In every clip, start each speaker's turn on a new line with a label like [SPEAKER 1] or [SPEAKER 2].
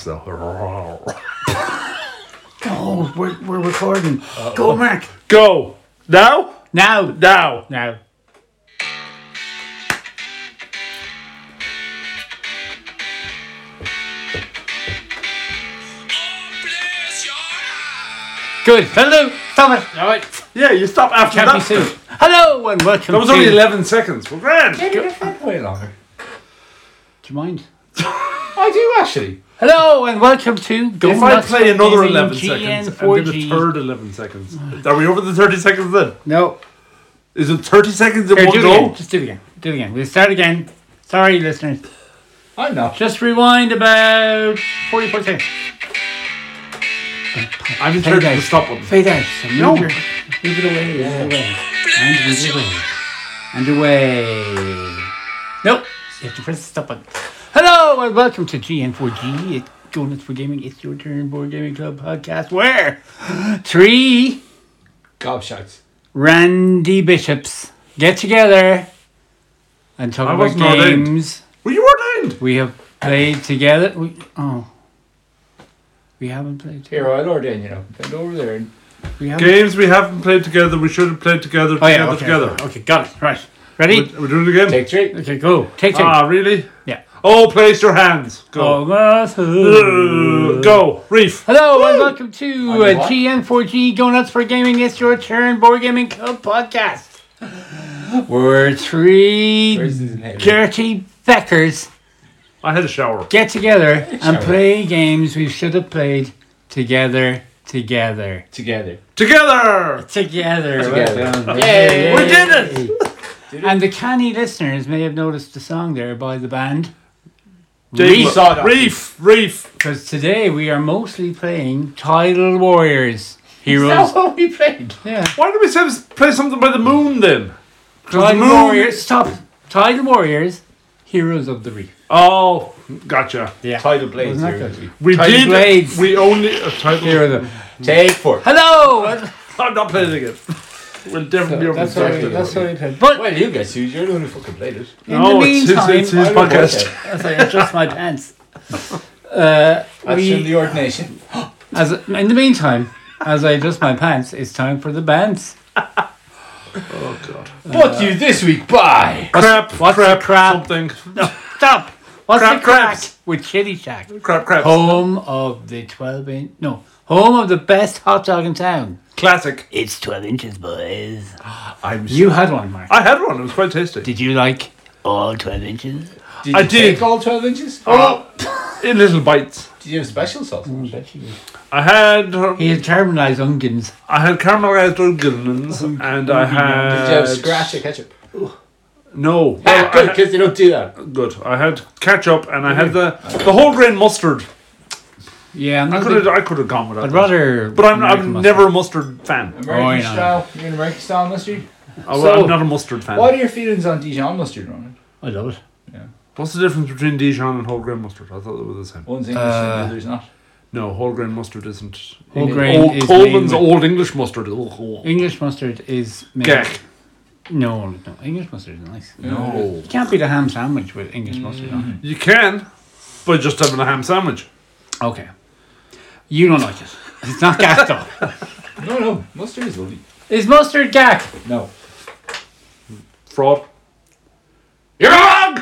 [SPEAKER 1] though.
[SPEAKER 2] Go, Oh, we're, we're recording. Go, Mark.
[SPEAKER 1] Go now,
[SPEAKER 2] Now.
[SPEAKER 1] now.
[SPEAKER 2] Now. Good. Hello. Stop it. All right.
[SPEAKER 1] Yeah, you stop after
[SPEAKER 2] Can't be
[SPEAKER 1] that.
[SPEAKER 2] seen. Hello and welcome.
[SPEAKER 1] That was
[SPEAKER 2] to-
[SPEAKER 1] only eleven seconds. Well, grand.
[SPEAKER 3] Way longer.
[SPEAKER 2] Do you mind?
[SPEAKER 3] I do actually.
[SPEAKER 2] Hello and welcome to Go
[SPEAKER 1] If I
[SPEAKER 2] Nuts
[SPEAKER 1] play
[SPEAKER 2] for
[SPEAKER 1] another
[SPEAKER 2] Giving
[SPEAKER 1] eleven seconds and then a
[SPEAKER 2] GN4G.
[SPEAKER 1] third eleven seconds, are we over the thirty seconds then?
[SPEAKER 2] No.
[SPEAKER 1] Is it thirty seconds in
[SPEAKER 2] Here,
[SPEAKER 1] one
[SPEAKER 2] do it again.
[SPEAKER 1] go?
[SPEAKER 2] Just do it again. Do it again. We'll start again. Sorry, listeners.
[SPEAKER 3] I'm not.
[SPEAKER 2] Just rewind about 44 seconds.
[SPEAKER 1] I'm in third
[SPEAKER 2] guys.
[SPEAKER 1] to stop one.
[SPEAKER 2] Fade out. So move
[SPEAKER 1] No.
[SPEAKER 2] your- move it away. Move it away. And move it away. And away. Nope. You have to press the stop button. Hello and welcome to GN4G. It's Go Nuts for Gaming. It's your turn, Board Gaming Club podcast. Where? Three
[SPEAKER 3] Gobshites.
[SPEAKER 2] Randy Bishops get together and talk
[SPEAKER 1] I
[SPEAKER 2] about
[SPEAKER 1] wasn't ordained.
[SPEAKER 2] games.
[SPEAKER 1] Well, you weren't in.
[SPEAKER 2] We have played together. We, oh. We haven't played together.
[SPEAKER 3] Here, I'll ordain you know. Bend over there and
[SPEAKER 2] We haven't
[SPEAKER 1] Games we haven't played together. We should have played together.
[SPEAKER 2] Oh,
[SPEAKER 1] Together,
[SPEAKER 2] yeah, okay.
[SPEAKER 1] together.
[SPEAKER 2] Okay, got it. Right. Ready?
[SPEAKER 1] We're, doing it again.
[SPEAKER 3] take three.
[SPEAKER 2] Okay, go. Take two.
[SPEAKER 1] ah, really?
[SPEAKER 2] yeah.
[SPEAKER 1] Oh, place your hands. Go.
[SPEAKER 2] Oh, that's-
[SPEAKER 1] Uh, go. Reef.
[SPEAKER 2] Hello and welcome to
[SPEAKER 3] On your
[SPEAKER 2] uh,
[SPEAKER 3] what?
[SPEAKER 2] GN4G Go Nuts for Gaming. It's your turn, Board Gaming Club podcast. We're
[SPEAKER 3] Where's
[SPEAKER 2] three
[SPEAKER 3] his name?
[SPEAKER 2] dirty feckers
[SPEAKER 1] I had a shower.
[SPEAKER 2] get together and
[SPEAKER 3] Shower.
[SPEAKER 2] play games we should have played together, together,
[SPEAKER 3] Together.
[SPEAKER 1] Together.
[SPEAKER 2] together.
[SPEAKER 3] Together.
[SPEAKER 2] Yay.
[SPEAKER 3] Yay.
[SPEAKER 1] We did it.
[SPEAKER 2] And the canny listeners may have noticed the song there by the band.
[SPEAKER 1] Jake,
[SPEAKER 2] Reef.
[SPEAKER 3] Sawdust.
[SPEAKER 1] reef, reef.
[SPEAKER 2] Because today we are mostly playing Tidal Warriors
[SPEAKER 3] That's
[SPEAKER 2] Heroes.
[SPEAKER 3] what we played.
[SPEAKER 2] yeah.
[SPEAKER 1] Why don't we say play something by the moon then? 'Cause the
[SPEAKER 2] Tidal
[SPEAKER 1] moon.
[SPEAKER 2] Warriors. Stop. Tidal Warriors Heroes of the Reef.
[SPEAKER 1] Oh, gotcha.
[SPEAKER 2] Yeah.
[SPEAKER 3] Tidal Blades.
[SPEAKER 2] Wasn't that
[SPEAKER 3] here.
[SPEAKER 2] good?
[SPEAKER 1] We
[SPEAKER 2] Tidal
[SPEAKER 1] did.
[SPEAKER 2] Blades.
[SPEAKER 1] We only. Uh, tidal,
[SPEAKER 2] Heroes of
[SPEAKER 3] Take four.
[SPEAKER 2] Hello!
[SPEAKER 1] I'm not playing it again. We'll definitely be over
[SPEAKER 2] That's
[SPEAKER 1] the
[SPEAKER 2] what
[SPEAKER 3] sorry,
[SPEAKER 2] we,
[SPEAKER 1] thirty.
[SPEAKER 2] that's what we played.
[SPEAKER 3] Well,
[SPEAKER 2] But
[SPEAKER 3] you guys, who's you're the one who fucking played it.
[SPEAKER 2] in
[SPEAKER 1] No,
[SPEAKER 2] the
[SPEAKER 1] it's his-
[SPEAKER 2] meantime,
[SPEAKER 1] it's his
[SPEAKER 2] I-
[SPEAKER 1] podcast.
[SPEAKER 2] as I adjust my pants, uh,
[SPEAKER 3] That's
[SPEAKER 2] we-
[SPEAKER 3] in the ordination.
[SPEAKER 2] as, in the meantime, as I adjust my pants, it's time for the bands.
[SPEAKER 1] Oh god.
[SPEAKER 3] Fuck you this week. Bye.
[SPEAKER 1] crap.
[SPEAKER 2] what's the
[SPEAKER 1] crap.
[SPEAKER 2] crap?
[SPEAKER 1] Something.
[SPEAKER 2] Stop! What's
[SPEAKER 1] Crap
[SPEAKER 2] the crack
[SPEAKER 1] craps.
[SPEAKER 2] with Chili Shack?
[SPEAKER 1] Crap. Crap.
[SPEAKER 2] Home of the 12 inch. No, home of the best hot dog in town.
[SPEAKER 1] Classic.
[SPEAKER 2] It's 12 inches, boys.
[SPEAKER 1] I'm.
[SPEAKER 2] You had one, Mark.
[SPEAKER 1] I had one. It was quite tasty.
[SPEAKER 2] Did you like all 12 inches?
[SPEAKER 3] Did you
[SPEAKER 1] I did.
[SPEAKER 3] take all 12 inches?
[SPEAKER 1] Oh, in little bites.
[SPEAKER 3] Did you have special sauce? on it?
[SPEAKER 1] I had. uh,
[SPEAKER 2] He had caramelized onions.
[SPEAKER 1] I had caramelized onions, and I
[SPEAKER 3] Did
[SPEAKER 1] had.
[SPEAKER 3] you have scratch or ketchup?
[SPEAKER 1] No.
[SPEAKER 3] Ah,
[SPEAKER 1] Well, I
[SPEAKER 3] good, because they don't do that.
[SPEAKER 1] had- good. I had ketchup, and I had the the whole grain mustard.
[SPEAKER 2] Yeah, I'm
[SPEAKER 1] I
[SPEAKER 2] not a
[SPEAKER 1] could have.
[SPEAKER 2] big-
[SPEAKER 1] I could have gone with that.
[SPEAKER 2] I'd rather.
[SPEAKER 1] But I'm,
[SPEAKER 2] American
[SPEAKER 1] I'm
[SPEAKER 2] mustard.
[SPEAKER 1] never a mustard fan.
[SPEAKER 3] American
[SPEAKER 2] Oh, yeah.
[SPEAKER 3] style. You're an American style mustard.
[SPEAKER 1] I,
[SPEAKER 2] So-
[SPEAKER 1] I'm not a mustard fan.
[SPEAKER 3] What are your feelings on Dijon mustard, Ronan?
[SPEAKER 2] I love it.
[SPEAKER 1] What's the difference between Dijon and whole grain mustard? I thought they were the same.
[SPEAKER 3] One's English
[SPEAKER 2] Uh,
[SPEAKER 3] and the other's not.
[SPEAKER 1] No, whole grain mustard isn't.
[SPEAKER 2] Whole
[SPEAKER 3] England-
[SPEAKER 2] grain.
[SPEAKER 1] Old
[SPEAKER 2] is
[SPEAKER 1] Coleman's
[SPEAKER 2] made with-
[SPEAKER 1] Old English mustard. Ugh, ugh.
[SPEAKER 2] English mustard is. Made,
[SPEAKER 1] Gag.
[SPEAKER 2] No, no. English mustard is nice.
[SPEAKER 1] No.
[SPEAKER 2] You can't beat a ham sandwich with English mustard on
[SPEAKER 1] You can, by just having a ham sandwich.
[SPEAKER 2] it. Okay. You don't like it. It's not gacked up.
[SPEAKER 3] No, no, mustard is lovely.
[SPEAKER 2] Is mustard gack?
[SPEAKER 3] No.
[SPEAKER 1] Fraud. You're wrong!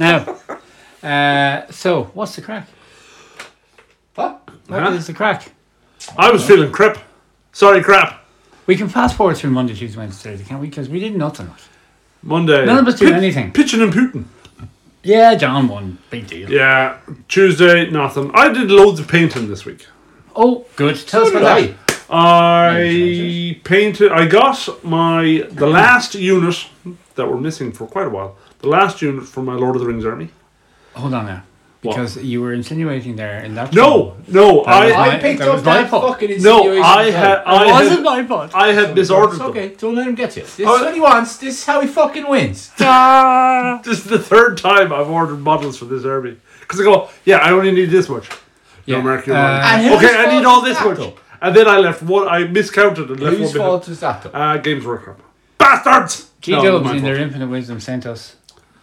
[SPEAKER 2] Now, uh, so what's the crack?
[SPEAKER 3] What?
[SPEAKER 2] What is
[SPEAKER 1] Huh?
[SPEAKER 2] the crack?
[SPEAKER 1] I was feeling crap. Sorry, crap.
[SPEAKER 2] We can fast forward through Monday, Tuesday, Wednesday, Thursday, can't we? Because we did nothing.
[SPEAKER 1] Monday.
[SPEAKER 2] None of us do anything.
[SPEAKER 1] Pitching and Putin.
[SPEAKER 2] Yeah, John won. Big deal.
[SPEAKER 1] Yeah. Tuesday, nothing. I did loads of painting this week.
[SPEAKER 2] Oh, good. Tell us
[SPEAKER 3] did
[SPEAKER 2] about
[SPEAKER 3] I.
[SPEAKER 2] that.
[SPEAKER 1] I painted. I got my the last unit that were missing for quite a while. The last unit for my Lord of the Rings army.
[SPEAKER 2] Hold on now.
[SPEAKER 1] What?
[SPEAKER 2] Because you were insinuating there in that.
[SPEAKER 1] No, no, I,
[SPEAKER 3] I
[SPEAKER 2] my-
[SPEAKER 3] picked
[SPEAKER 2] that was
[SPEAKER 3] up
[SPEAKER 2] my
[SPEAKER 3] that
[SPEAKER 2] fault.
[SPEAKER 3] fucking
[SPEAKER 1] no,
[SPEAKER 3] insinuation.
[SPEAKER 1] I
[SPEAKER 3] as well.
[SPEAKER 1] had,
[SPEAKER 2] It
[SPEAKER 1] I
[SPEAKER 2] wasn't
[SPEAKER 1] had,
[SPEAKER 2] my fault.
[SPEAKER 1] I had misordered
[SPEAKER 3] It's
[SPEAKER 1] them.
[SPEAKER 3] okay, don't let him get you. This
[SPEAKER 1] Oh.
[SPEAKER 3] is what he wants. This is how he fucking wins.
[SPEAKER 1] This is the third time I've ordered models for this army because I go, yeah, I only need this much.
[SPEAKER 2] Yeah,
[SPEAKER 1] No, Mark, you're
[SPEAKER 2] uh,
[SPEAKER 1] right.
[SPEAKER 3] And whose
[SPEAKER 1] okay, I need
[SPEAKER 3] fault
[SPEAKER 1] all
[SPEAKER 3] is
[SPEAKER 1] this
[SPEAKER 3] that,
[SPEAKER 1] much,
[SPEAKER 3] though?
[SPEAKER 1] and then I left one. I miscounted and left
[SPEAKER 3] Whose
[SPEAKER 1] one behind.
[SPEAKER 3] fault was that though?
[SPEAKER 1] Uh, Games Workshop. Bastards!
[SPEAKER 2] G
[SPEAKER 1] No, it was
[SPEAKER 2] Dubs,
[SPEAKER 1] my
[SPEAKER 2] in
[SPEAKER 1] fault.
[SPEAKER 2] their infinite wisdom, sent us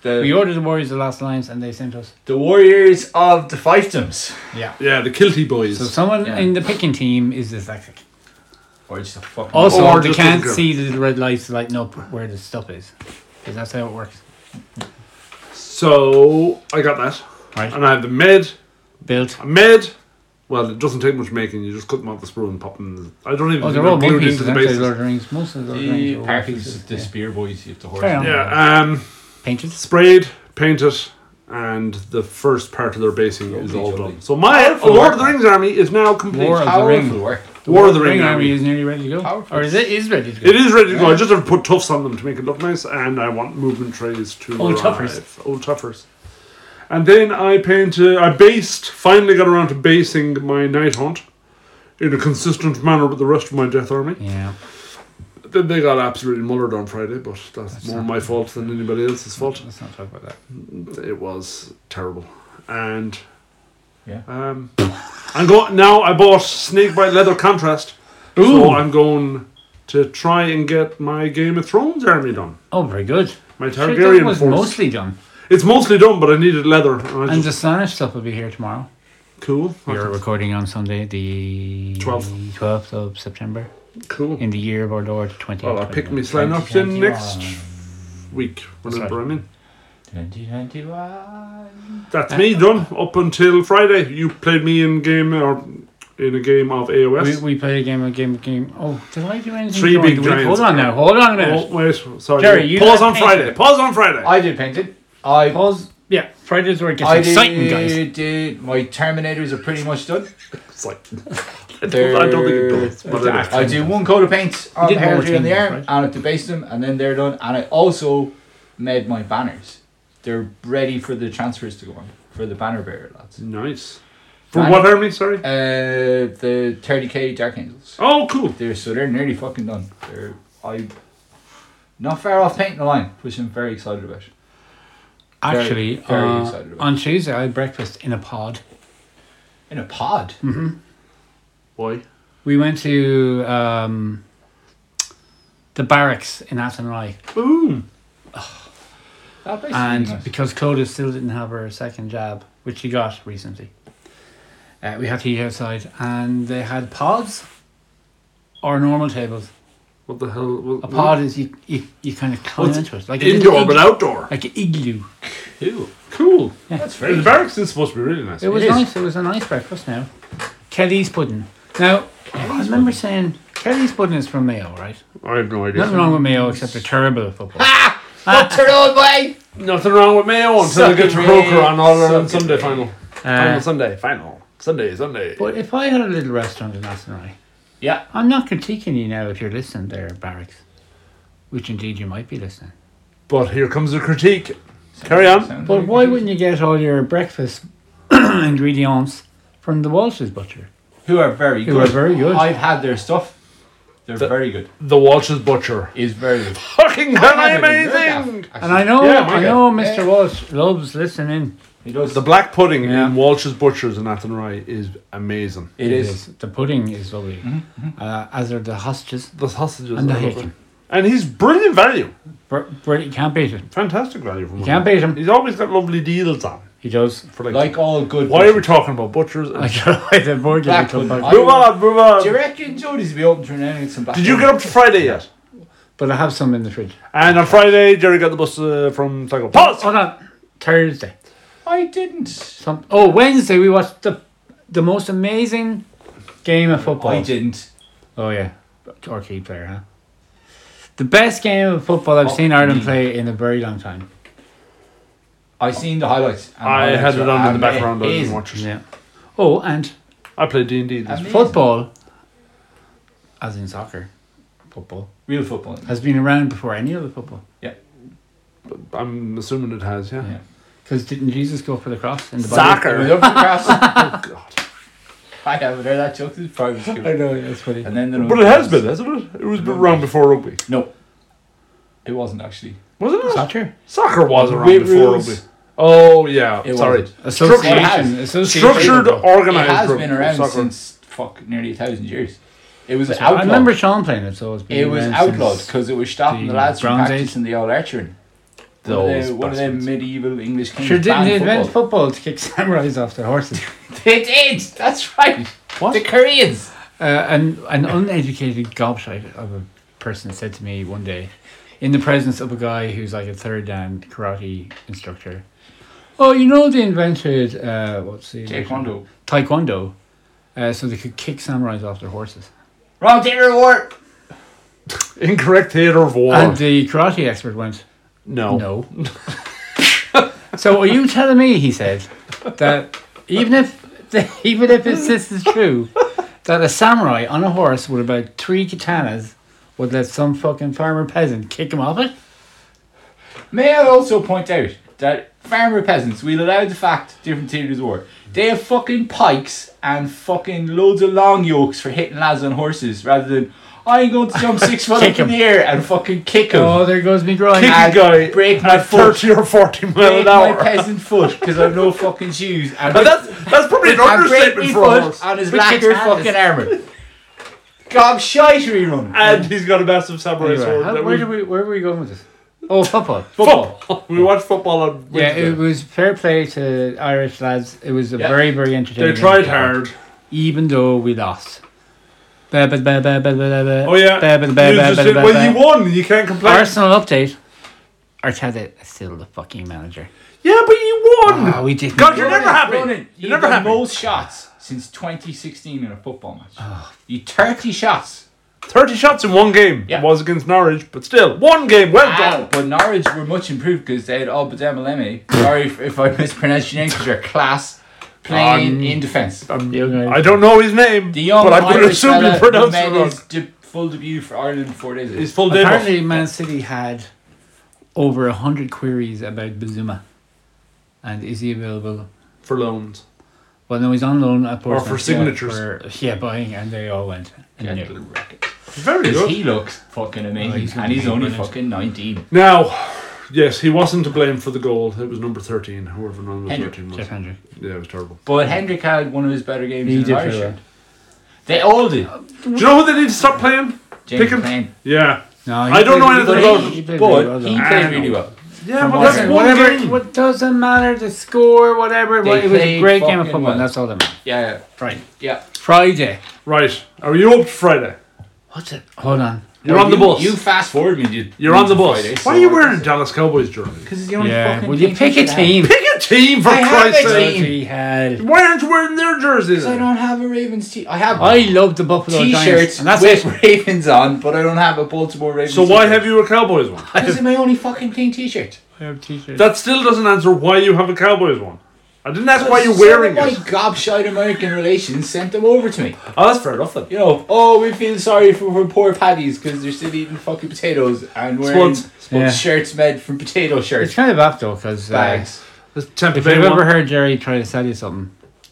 [SPEAKER 3] The,
[SPEAKER 2] We ordered the Warriors of the Lost Lions and they sent us.
[SPEAKER 3] the Warriors of the Fiefdoms.
[SPEAKER 2] Yeah.
[SPEAKER 1] Yeah, the Kilty Boys.
[SPEAKER 2] So someone
[SPEAKER 3] Yeah.
[SPEAKER 2] in the picking team is dyslexic.
[SPEAKER 3] Or just a fucking.
[SPEAKER 2] Also,
[SPEAKER 1] Oh, Or
[SPEAKER 2] they
[SPEAKER 1] just
[SPEAKER 2] can't
[SPEAKER 1] doesn't care.
[SPEAKER 2] see the little red lights to lighten up where the stuff is. Because that's how it works.
[SPEAKER 1] So I got that,
[SPEAKER 2] Right.
[SPEAKER 1] and I have the med.
[SPEAKER 2] Built.
[SPEAKER 1] Med. Well, it doesn't take much making. You just cut them off the spoon and pop them. I don't even. think
[SPEAKER 2] Oh, they're all
[SPEAKER 1] they're
[SPEAKER 2] one
[SPEAKER 1] glued
[SPEAKER 2] pieces,
[SPEAKER 1] into the
[SPEAKER 2] aren't they?
[SPEAKER 1] bases.
[SPEAKER 2] Lord of the Rings. Most of the Lord of the Rings are
[SPEAKER 3] the
[SPEAKER 2] one
[SPEAKER 3] Parkies,
[SPEAKER 2] pieces,
[SPEAKER 3] the
[SPEAKER 2] yeah.
[SPEAKER 3] Spear Boys, you have the horse.
[SPEAKER 2] Fair enough.
[SPEAKER 1] Yeah. Um.
[SPEAKER 2] Painted.
[SPEAKER 1] sprayed, painted, and the first part of their basing is
[SPEAKER 3] Lovely,
[SPEAKER 1] all
[SPEAKER 3] lovely.
[SPEAKER 1] done. So my
[SPEAKER 3] Powerful
[SPEAKER 1] Lord of the
[SPEAKER 3] work.
[SPEAKER 1] Rings army is now complete.
[SPEAKER 2] War of-
[SPEAKER 1] War,
[SPEAKER 2] the ring.
[SPEAKER 3] Powerful work.
[SPEAKER 1] of the Ring army.
[SPEAKER 2] is nearly ready to go.
[SPEAKER 3] Powerful.
[SPEAKER 2] Or is it is ready to go?
[SPEAKER 1] It is ready to go. I just have to put tufts on them to make it look nice, and I want movement trays to
[SPEAKER 2] Old
[SPEAKER 1] arrive.
[SPEAKER 2] tuffers.
[SPEAKER 1] Old tuffers. And then I painted. I based. Finally got around to basing my Night Hunt in a consistent manner with the rest of my Death Army.
[SPEAKER 2] Yeah.
[SPEAKER 1] Then they got absolutely mullered on Friday, but that's, more
[SPEAKER 2] not-
[SPEAKER 1] my fault than anybody else's fault.
[SPEAKER 2] Let's not talk about that.
[SPEAKER 1] It was terrible, and
[SPEAKER 3] Yeah.
[SPEAKER 1] Um, I'm going now. I bought Snakebite leather contrast, so I'm going to try and get my Game of Thrones army done.
[SPEAKER 2] Oh, very good.
[SPEAKER 1] My
[SPEAKER 2] Sure,
[SPEAKER 1] Targaryen
[SPEAKER 2] that was
[SPEAKER 1] force.
[SPEAKER 2] mostly done.
[SPEAKER 1] it's mostly done, but I needed leather. And I just,
[SPEAKER 2] And the Sonic stuff will be here tomorrow.
[SPEAKER 1] cool.
[SPEAKER 2] We're
[SPEAKER 1] Okay.
[SPEAKER 2] recording on Sunday, the
[SPEAKER 1] 12th.
[SPEAKER 2] 12th of September,
[SPEAKER 1] Cool.
[SPEAKER 2] in the year of our Lord 20.
[SPEAKER 1] Well, I pick me sign up in next week whenever
[SPEAKER 2] right.
[SPEAKER 1] I'm in.
[SPEAKER 3] 2021.
[SPEAKER 2] Uh,
[SPEAKER 1] That's me done up until Friday. You played me in game or in a game of AOS.
[SPEAKER 2] We, we play a game, a game, a game. Oh, did I do anything?
[SPEAKER 1] Three
[SPEAKER 2] during
[SPEAKER 1] big
[SPEAKER 2] the week?
[SPEAKER 1] giants.
[SPEAKER 2] Hold on now, hold on a
[SPEAKER 1] oh
[SPEAKER 2] minute.
[SPEAKER 1] wait, sorry.
[SPEAKER 2] Jerry, you
[SPEAKER 1] Pause
[SPEAKER 2] had
[SPEAKER 1] on
[SPEAKER 2] painted.
[SPEAKER 1] Friday. Pause on Friday.
[SPEAKER 3] I did painted.
[SPEAKER 1] Oh.
[SPEAKER 3] I
[SPEAKER 2] Pause. Yeah, Fridays where it gets
[SPEAKER 3] I
[SPEAKER 2] exciting,
[SPEAKER 3] did,
[SPEAKER 2] guys.
[SPEAKER 3] did- my Terminators are pretty much done.
[SPEAKER 1] It's like I don't, I don't think it does. But anyway.
[SPEAKER 3] I do one coat of paint on
[SPEAKER 2] did
[SPEAKER 3] the
[SPEAKER 2] more
[SPEAKER 3] hair tree and the
[SPEAKER 2] things,
[SPEAKER 3] arm,
[SPEAKER 2] right?
[SPEAKER 3] and I debased them, and then they're done. And I also made my banners. They're ready for the transfers to go on for the banner bearer lads.
[SPEAKER 1] Nice. For
[SPEAKER 3] Nice.
[SPEAKER 1] what army? Sorry.
[SPEAKER 3] Uh, the 30k Dark Angels.
[SPEAKER 1] Oh, cool.
[SPEAKER 3] They're so they're nearly fucking done. They're I not far off painting the line, which I'm very excited about. Very,
[SPEAKER 2] Actually,
[SPEAKER 3] very
[SPEAKER 2] uh,
[SPEAKER 3] excited about
[SPEAKER 2] on Tuesday I had breakfast in a pod.
[SPEAKER 3] In a pod.
[SPEAKER 1] Why?
[SPEAKER 2] We went to um, the barracks in Athenry,
[SPEAKER 1] Boom.
[SPEAKER 3] That place is
[SPEAKER 2] and
[SPEAKER 3] really nice.
[SPEAKER 2] because Clodagh still didn't have her second jab, which she got recently, uh, we had to eat outside, and they had pods or normal tables.
[SPEAKER 1] What the hell? Well,
[SPEAKER 2] A pod is you you, you kind of climb
[SPEAKER 1] Well, it's
[SPEAKER 2] into it, like a little
[SPEAKER 1] indoor
[SPEAKER 2] ig-
[SPEAKER 1] but outdoor.
[SPEAKER 2] like an igloo.
[SPEAKER 3] Cool.
[SPEAKER 1] Cool.
[SPEAKER 3] That's very
[SPEAKER 1] The barracks is supposed to be really nice.
[SPEAKER 2] It was
[SPEAKER 3] is.
[SPEAKER 2] nice. It was a nice breakfast. Now, Kelly's pudding. Now, I remember saying Kelly's pudding is from Mayo, right?
[SPEAKER 1] I have no idea.
[SPEAKER 2] Nothing wrong with Mayo except they're terrible at football.
[SPEAKER 3] Not turn on way.
[SPEAKER 1] Nothing wrong with Mayo until they get to
[SPEAKER 3] Sucking
[SPEAKER 1] Croker
[SPEAKER 3] me.
[SPEAKER 1] on All Ireland
[SPEAKER 3] Sucking
[SPEAKER 1] Sunday
[SPEAKER 3] me.
[SPEAKER 1] final.
[SPEAKER 2] Uh,
[SPEAKER 1] final Sunday final. Sunday Sunday.
[SPEAKER 2] but if I had a little restaurant in Athenry,
[SPEAKER 3] Yeah.
[SPEAKER 2] I'm not critiquing you now if you're listening there, Barracks, which indeed you might be listening.
[SPEAKER 1] But here comes the critique. Carry on.
[SPEAKER 3] Sounds
[SPEAKER 2] But
[SPEAKER 3] like
[SPEAKER 2] why
[SPEAKER 3] it.
[SPEAKER 2] wouldn't you get all your breakfast ingredients from the Walsh's Butcher?
[SPEAKER 3] Who are very
[SPEAKER 2] Who
[SPEAKER 3] good.
[SPEAKER 2] are very good.
[SPEAKER 3] I've had their stuff. They're very good.
[SPEAKER 1] The Walsh's butcher.
[SPEAKER 3] Is very good.
[SPEAKER 1] Fucking can I
[SPEAKER 3] Have it in
[SPEAKER 1] name
[SPEAKER 3] your gaff,
[SPEAKER 1] anything?
[SPEAKER 2] And I know,
[SPEAKER 1] Yeah,
[SPEAKER 2] I
[SPEAKER 1] Michael.
[SPEAKER 2] know, Mr. Walsh loves listening.
[SPEAKER 3] actually. He does.
[SPEAKER 1] The black pudding
[SPEAKER 2] Yeah.
[SPEAKER 1] in Walsh's butchers in Athenry is amazing.
[SPEAKER 3] it is.
[SPEAKER 2] The pudding is lovely,
[SPEAKER 1] Mm-hmm,
[SPEAKER 2] uh, as are the hostages.
[SPEAKER 1] The sausages
[SPEAKER 2] And
[SPEAKER 1] are
[SPEAKER 2] the
[SPEAKER 1] lovely.
[SPEAKER 2] bacon.
[SPEAKER 1] And he's brilliant value.
[SPEAKER 2] Br- br- you can't beat it.
[SPEAKER 1] Fantastic value from him.
[SPEAKER 2] Can't beat him.
[SPEAKER 1] He's always got lovely deals on.
[SPEAKER 2] He does.
[SPEAKER 1] For like,
[SPEAKER 3] Like all good.
[SPEAKER 1] why are we
[SPEAKER 3] butchers.
[SPEAKER 1] talking about butchers?
[SPEAKER 2] I don't know why the board didn't
[SPEAKER 3] Black
[SPEAKER 2] come
[SPEAKER 3] pudding.
[SPEAKER 2] back.
[SPEAKER 1] move on, move on.
[SPEAKER 3] Do you reckon Jody's be open to now some black?
[SPEAKER 1] Did you get up to Friday yet?
[SPEAKER 2] But I have some in the fridge.
[SPEAKER 1] And on Friday, Jerry got the bus uh, from Sligo. Pause.
[SPEAKER 2] Hold on. Thursday.
[SPEAKER 3] I didn't.
[SPEAKER 2] Some, oh, Wednesday we watched the the most amazing game of football.
[SPEAKER 3] I didn't.
[SPEAKER 2] Oh yeah, or key player, huh? The best game of football I've
[SPEAKER 3] Oh,
[SPEAKER 2] seen Ireland
[SPEAKER 3] me.
[SPEAKER 2] play in a very long time.
[SPEAKER 3] I seen the highlights. and
[SPEAKER 1] I
[SPEAKER 3] highlights
[SPEAKER 1] had it
[SPEAKER 3] were
[SPEAKER 1] on in the background. I didn't
[SPEAKER 3] oh, amazing.
[SPEAKER 1] watch it.
[SPEAKER 2] Yeah. Oh, and
[SPEAKER 1] I played D and D.
[SPEAKER 3] Amazing.
[SPEAKER 2] football, as in soccer, football
[SPEAKER 3] Real football.
[SPEAKER 2] has been around before any other football.
[SPEAKER 1] I'm assuming it has. Yeah.
[SPEAKER 3] Yeah.
[SPEAKER 2] Because didn't Jesus go for the cross in the Bible?
[SPEAKER 3] It was
[SPEAKER 1] Soccer.
[SPEAKER 3] up for grabs.
[SPEAKER 1] oh God.
[SPEAKER 3] I haven't heard that joke since private
[SPEAKER 2] I
[SPEAKER 3] school.
[SPEAKER 2] know that's funny.
[SPEAKER 3] And then there
[SPEAKER 1] But
[SPEAKER 3] was-
[SPEAKER 1] it has been, hasn't it? It was around before rugby,
[SPEAKER 3] No, it wasn't actually.
[SPEAKER 1] wasn't it?
[SPEAKER 2] Soccer
[SPEAKER 1] Soccer was around
[SPEAKER 3] With
[SPEAKER 1] before
[SPEAKER 3] rules.
[SPEAKER 1] rugby. Oh yeah.
[SPEAKER 3] It
[SPEAKER 1] Sorry.
[SPEAKER 3] wasn't.
[SPEAKER 1] Structured,
[SPEAKER 2] association. association
[SPEAKER 1] structured,
[SPEAKER 2] football.
[SPEAKER 3] It
[SPEAKER 1] organized.
[SPEAKER 3] has
[SPEAKER 1] rug-
[SPEAKER 3] been around
[SPEAKER 1] soccer.
[SPEAKER 3] since fuck nearly a thousand years. It was
[SPEAKER 2] I
[SPEAKER 3] outlawed.
[SPEAKER 2] remember Sean playing it, so it's been
[SPEAKER 3] it was
[SPEAKER 2] around
[SPEAKER 3] outlawed
[SPEAKER 2] since-
[SPEAKER 3] because it was stopping the,
[SPEAKER 2] the
[SPEAKER 3] lads from
[SPEAKER 2] Bronze Age.
[SPEAKER 3] practicing the old archery. One of
[SPEAKER 4] Those
[SPEAKER 3] the- one of them
[SPEAKER 4] bastards.
[SPEAKER 3] medieval English kings.
[SPEAKER 2] Sure didn't
[SPEAKER 3] banned
[SPEAKER 2] they invent
[SPEAKER 3] football.
[SPEAKER 2] football to kick samurais off their horses?
[SPEAKER 3] They did. That's right.
[SPEAKER 2] What?
[SPEAKER 3] The Koreans.
[SPEAKER 2] Uh, an, an uneducated gobshite of a person said to me one day, in the presence of a guy who's like a third dan karate instructor, Oh, you know they invented, uh, what's the.
[SPEAKER 3] Taekwondo.
[SPEAKER 2] Taekwondo, uh, so they could kick samurais off their horses.
[SPEAKER 3] Wrong theater of war.
[SPEAKER 1] Incorrect theater of war.
[SPEAKER 2] And the karate expert went,
[SPEAKER 1] no.
[SPEAKER 2] No. so are you telling me, he said, that even if that even if it's, this is true, that a samurai on a horse with about three katanas would let some fucking farmer peasant kick him off it?
[SPEAKER 3] May I also point out that farmer peasants, we'll allow the fact different theaters of war. They have fucking pikes and fucking loads of long yokes for hitting lads on horses rather than I'm going to jump six foot
[SPEAKER 2] Kick
[SPEAKER 3] up in the air and fucking kick him.
[SPEAKER 2] Oh, there goes me groin.
[SPEAKER 1] Kick
[SPEAKER 3] and
[SPEAKER 1] guy
[SPEAKER 3] break my foot.
[SPEAKER 1] 30 or 40 mile
[SPEAKER 3] Break
[SPEAKER 1] an
[SPEAKER 3] my
[SPEAKER 1] hour.
[SPEAKER 3] peasant foot because I've no fucking shoes. And
[SPEAKER 1] But that's, that's probably an
[SPEAKER 3] and break
[SPEAKER 1] understatement
[SPEAKER 3] me
[SPEAKER 1] for a
[SPEAKER 3] foot
[SPEAKER 1] horse.
[SPEAKER 3] on his
[SPEAKER 2] Which
[SPEAKER 3] lacquered
[SPEAKER 2] it's
[SPEAKER 3] fucking armour. Gob shitery run.
[SPEAKER 1] And he's got a massive samurai
[SPEAKER 2] Anyway,
[SPEAKER 1] sword.
[SPEAKER 2] how-
[SPEAKER 1] that
[SPEAKER 2] where,
[SPEAKER 1] we,
[SPEAKER 2] did we, where were we going with this? Oh, football.
[SPEAKER 1] football. we watched football on
[SPEAKER 2] Yeah,
[SPEAKER 1] Wednesday.
[SPEAKER 2] it was fair play to Irish lads. It was a
[SPEAKER 3] Yeah.
[SPEAKER 2] very, very entertaining.
[SPEAKER 1] They tried
[SPEAKER 2] game.
[SPEAKER 1] hard.
[SPEAKER 2] even though we lost. Ba- ba- ba- ba- ba- ba- ba-
[SPEAKER 1] Oh yeah.
[SPEAKER 2] ba- ba- ba-
[SPEAKER 1] You
[SPEAKER 2] ba-
[SPEAKER 1] just
[SPEAKER 2] ba-
[SPEAKER 1] said,
[SPEAKER 2] ba-
[SPEAKER 1] well, you
[SPEAKER 2] ba-
[SPEAKER 1] won. You can't complain.
[SPEAKER 2] Arsenal update. Arteta is still the fucking manager.
[SPEAKER 1] Yeah, but you won.
[SPEAKER 3] Ah,
[SPEAKER 2] Oh, we didn't.
[SPEAKER 1] God, you're
[SPEAKER 3] Ronan,
[SPEAKER 1] never happy.
[SPEAKER 3] Ronan,
[SPEAKER 1] You're
[SPEAKER 3] you've
[SPEAKER 1] never
[SPEAKER 3] done
[SPEAKER 1] happy.
[SPEAKER 3] most shots since 2016 in a football match. You 30 shots.
[SPEAKER 1] 30 shots in one game.
[SPEAKER 3] Yeah.
[SPEAKER 1] It was against Norwich, but still, one game. Well
[SPEAKER 3] Wow.
[SPEAKER 1] done.
[SPEAKER 3] Ah, But Norwich were much improved because they had Obadema Sorry if, if I mispronounced your name because you're class playing
[SPEAKER 1] Um,
[SPEAKER 3] in defence.
[SPEAKER 1] I'm-
[SPEAKER 2] Young Irish.
[SPEAKER 1] I don't know his name,
[SPEAKER 3] The young
[SPEAKER 1] but I'm going to
[SPEAKER 3] Irish
[SPEAKER 1] assume you
[SPEAKER 3] fella who
[SPEAKER 1] pronounce it
[SPEAKER 3] made
[SPEAKER 1] wrong.
[SPEAKER 3] his de- full debut for Ireland four days ago.
[SPEAKER 1] His full name. off.
[SPEAKER 2] Apparently, Man City had over a hundred queries about Bazuma, and is he available?
[SPEAKER 1] For loans.
[SPEAKER 2] Well, no, he's on loan at
[SPEAKER 1] Or
[SPEAKER 2] Portsmouth.
[SPEAKER 1] for signatures.
[SPEAKER 2] For, yeah, buying, and they all went.
[SPEAKER 3] Yeah,
[SPEAKER 2] And
[SPEAKER 3] to the
[SPEAKER 2] knew.
[SPEAKER 3] record.
[SPEAKER 1] Very
[SPEAKER 3] 'Cause
[SPEAKER 1] good.
[SPEAKER 3] he looks fucking amazing,
[SPEAKER 2] Oh, he's gonna
[SPEAKER 3] and he's
[SPEAKER 2] be
[SPEAKER 3] only
[SPEAKER 2] brilliant.
[SPEAKER 3] fucking 19.
[SPEAKER 1] Now, yes, he wasn't to blame for the goal. It was number 13, whoever number
[SPEAKER 3] Hendrick.
[SPEAKER 1] 13 was.
[SPEAKER 2] Jeff Hendry.
[SPEAKER 1] Yeah, it was terrible.
[SPEAKER 3] But Hendrick had one of his better games
[SPEAKER 2] He
[SPEAKER 3] in
[SPEAKER 2] did
[SPEAKER 3] an Irish
[SPEAKER 2] very well.
[SPEAKER 3] shirt. They all did.
[SPEAKER 1] Do you know who they need to stop playing?
[SPEAKER 3] James
[SPEAKER 1] him.
[SPEAKER 3] Plain.
[SPEAKER 1] Yeah.
[SPEAKER 2] No, he
[SPEAKER 1] I don't
[SPEAKER 2] played-
[SPEAKER 1] know anything
[SPEAKER 3] But
[SPEAKER 1] about
[SPEAKER 3] he,
[SPEAKER 2] He played really well,
[SPEAKER 3] but
[SPEAKER 2] though.
[SPEAKER 3] he
[SPEAKER 1] I
[SPEAKER 3] played
[SPEAKER 1] don't
[SPEAKER 3] really
[SPEAKER 1] know.
[SPEAKER 3] well.
[SPEAKER 1] Yeah,
[SPEAKER 3] From
[SPEAKER 1] but that's
[SPEAKER 3] Ireland.
[SPEAKER 1] one
[SPEAKER 2] whatever.
[SPEAKER 1] game.
[SPEAKER 2] What doesn't matter the score, whatever.
[SPEAKER 3] They
[SPEAKER 2] It was a
[SPEAKER 3] played
[SPEAKER 2] great game of
[SPEAKER 3] fucking
[SPEAKER 2] football.
[SPEAKER 3] well.
[SPEAKER 2] and That's all that matters.
[SPEAKER 3] Yeah,
[SPEAKER 2] Right.
[SPEAKER 3] yeah.
[SPEAKER 2] Friday.
[SPEAKER 1] Right. Are you up to Friday?
[SPEAKER 2] What's it? Hold on.
[SPEAKER 1] You're on the
[SPEAKER 3] you,
[SPEAKER 1] bus.
[SPEAKER 3] You fast forward me. You,
[SPEAKER 1] You're on the bus. Why are you wearing a Dallas Cowboys jersey?
[SPEAKER 3] Because it's the only fucking.
[SPEAKER 2] Will you
[SPEAKER 3] team
[SPEAKER 2] pick a
[SPEAKER 3] you can have.
[SPEAKER 2] team?
[SPEAKER 1] Pick a team for
[SPEAKER 3] I have
[SPEAKER 1] Christ's
[SPEAKER 3] a
[SPEAKER 1] sake.
[SPEAKER 3] team.
[SPEAKER 2] We had.
[SPEAKER 1] Why aren't you wearing their jerseys?
[SPEAKER 3] 'Cause I don't have a Ravens t. I have
[SPEAKER 2] I love the Buffalo Giants,
[SPEAKER 3] t-shirts
[SPEAKER 2] and that's
[SPEAKER 3] with
[SPEAKER 2] it.
[SPEAKER 3] Ravens on, but I don't have a Baltimore Ravens.
[SPEAKER 1] So why have you a Cowboys one?
[SPEAKER 3] Because it's my only fucking clean t-shirt.
[SPEAKER 2] I have t-shirts.
[SPEAKER 1] That still doesn't answer why you have a Cowboys one. I didn't ask why you're wearing
[SPEAKER 3] Some of
[SPEAKER 1] it.
[SPEAKER 3] My gobshite American relations sent them over to me.
[SPEAKER 1] Oh, that's fair enough then.
[SPEAKER 3] You know, oh, we feel sorry for, for poor paddies because they're still eating fucking potatoes and wearing
[SPEAKER 1] Spuds.
[SPEAKER 2] Yeah.
[SPEAKER 3] shirts made from potato shirts
[SPEAKER 2] It's kind of up though, because uh,
[SPEAKER 3] bags.
[SPEAKER 1] This Tampa
[SPEAKER 2] if
[SPEAKER 1] Bay
[SPEAKER 2] you've
[SPEAKER 1] one.
[SPEAKER 2] ever heard Jerry try to sell you something,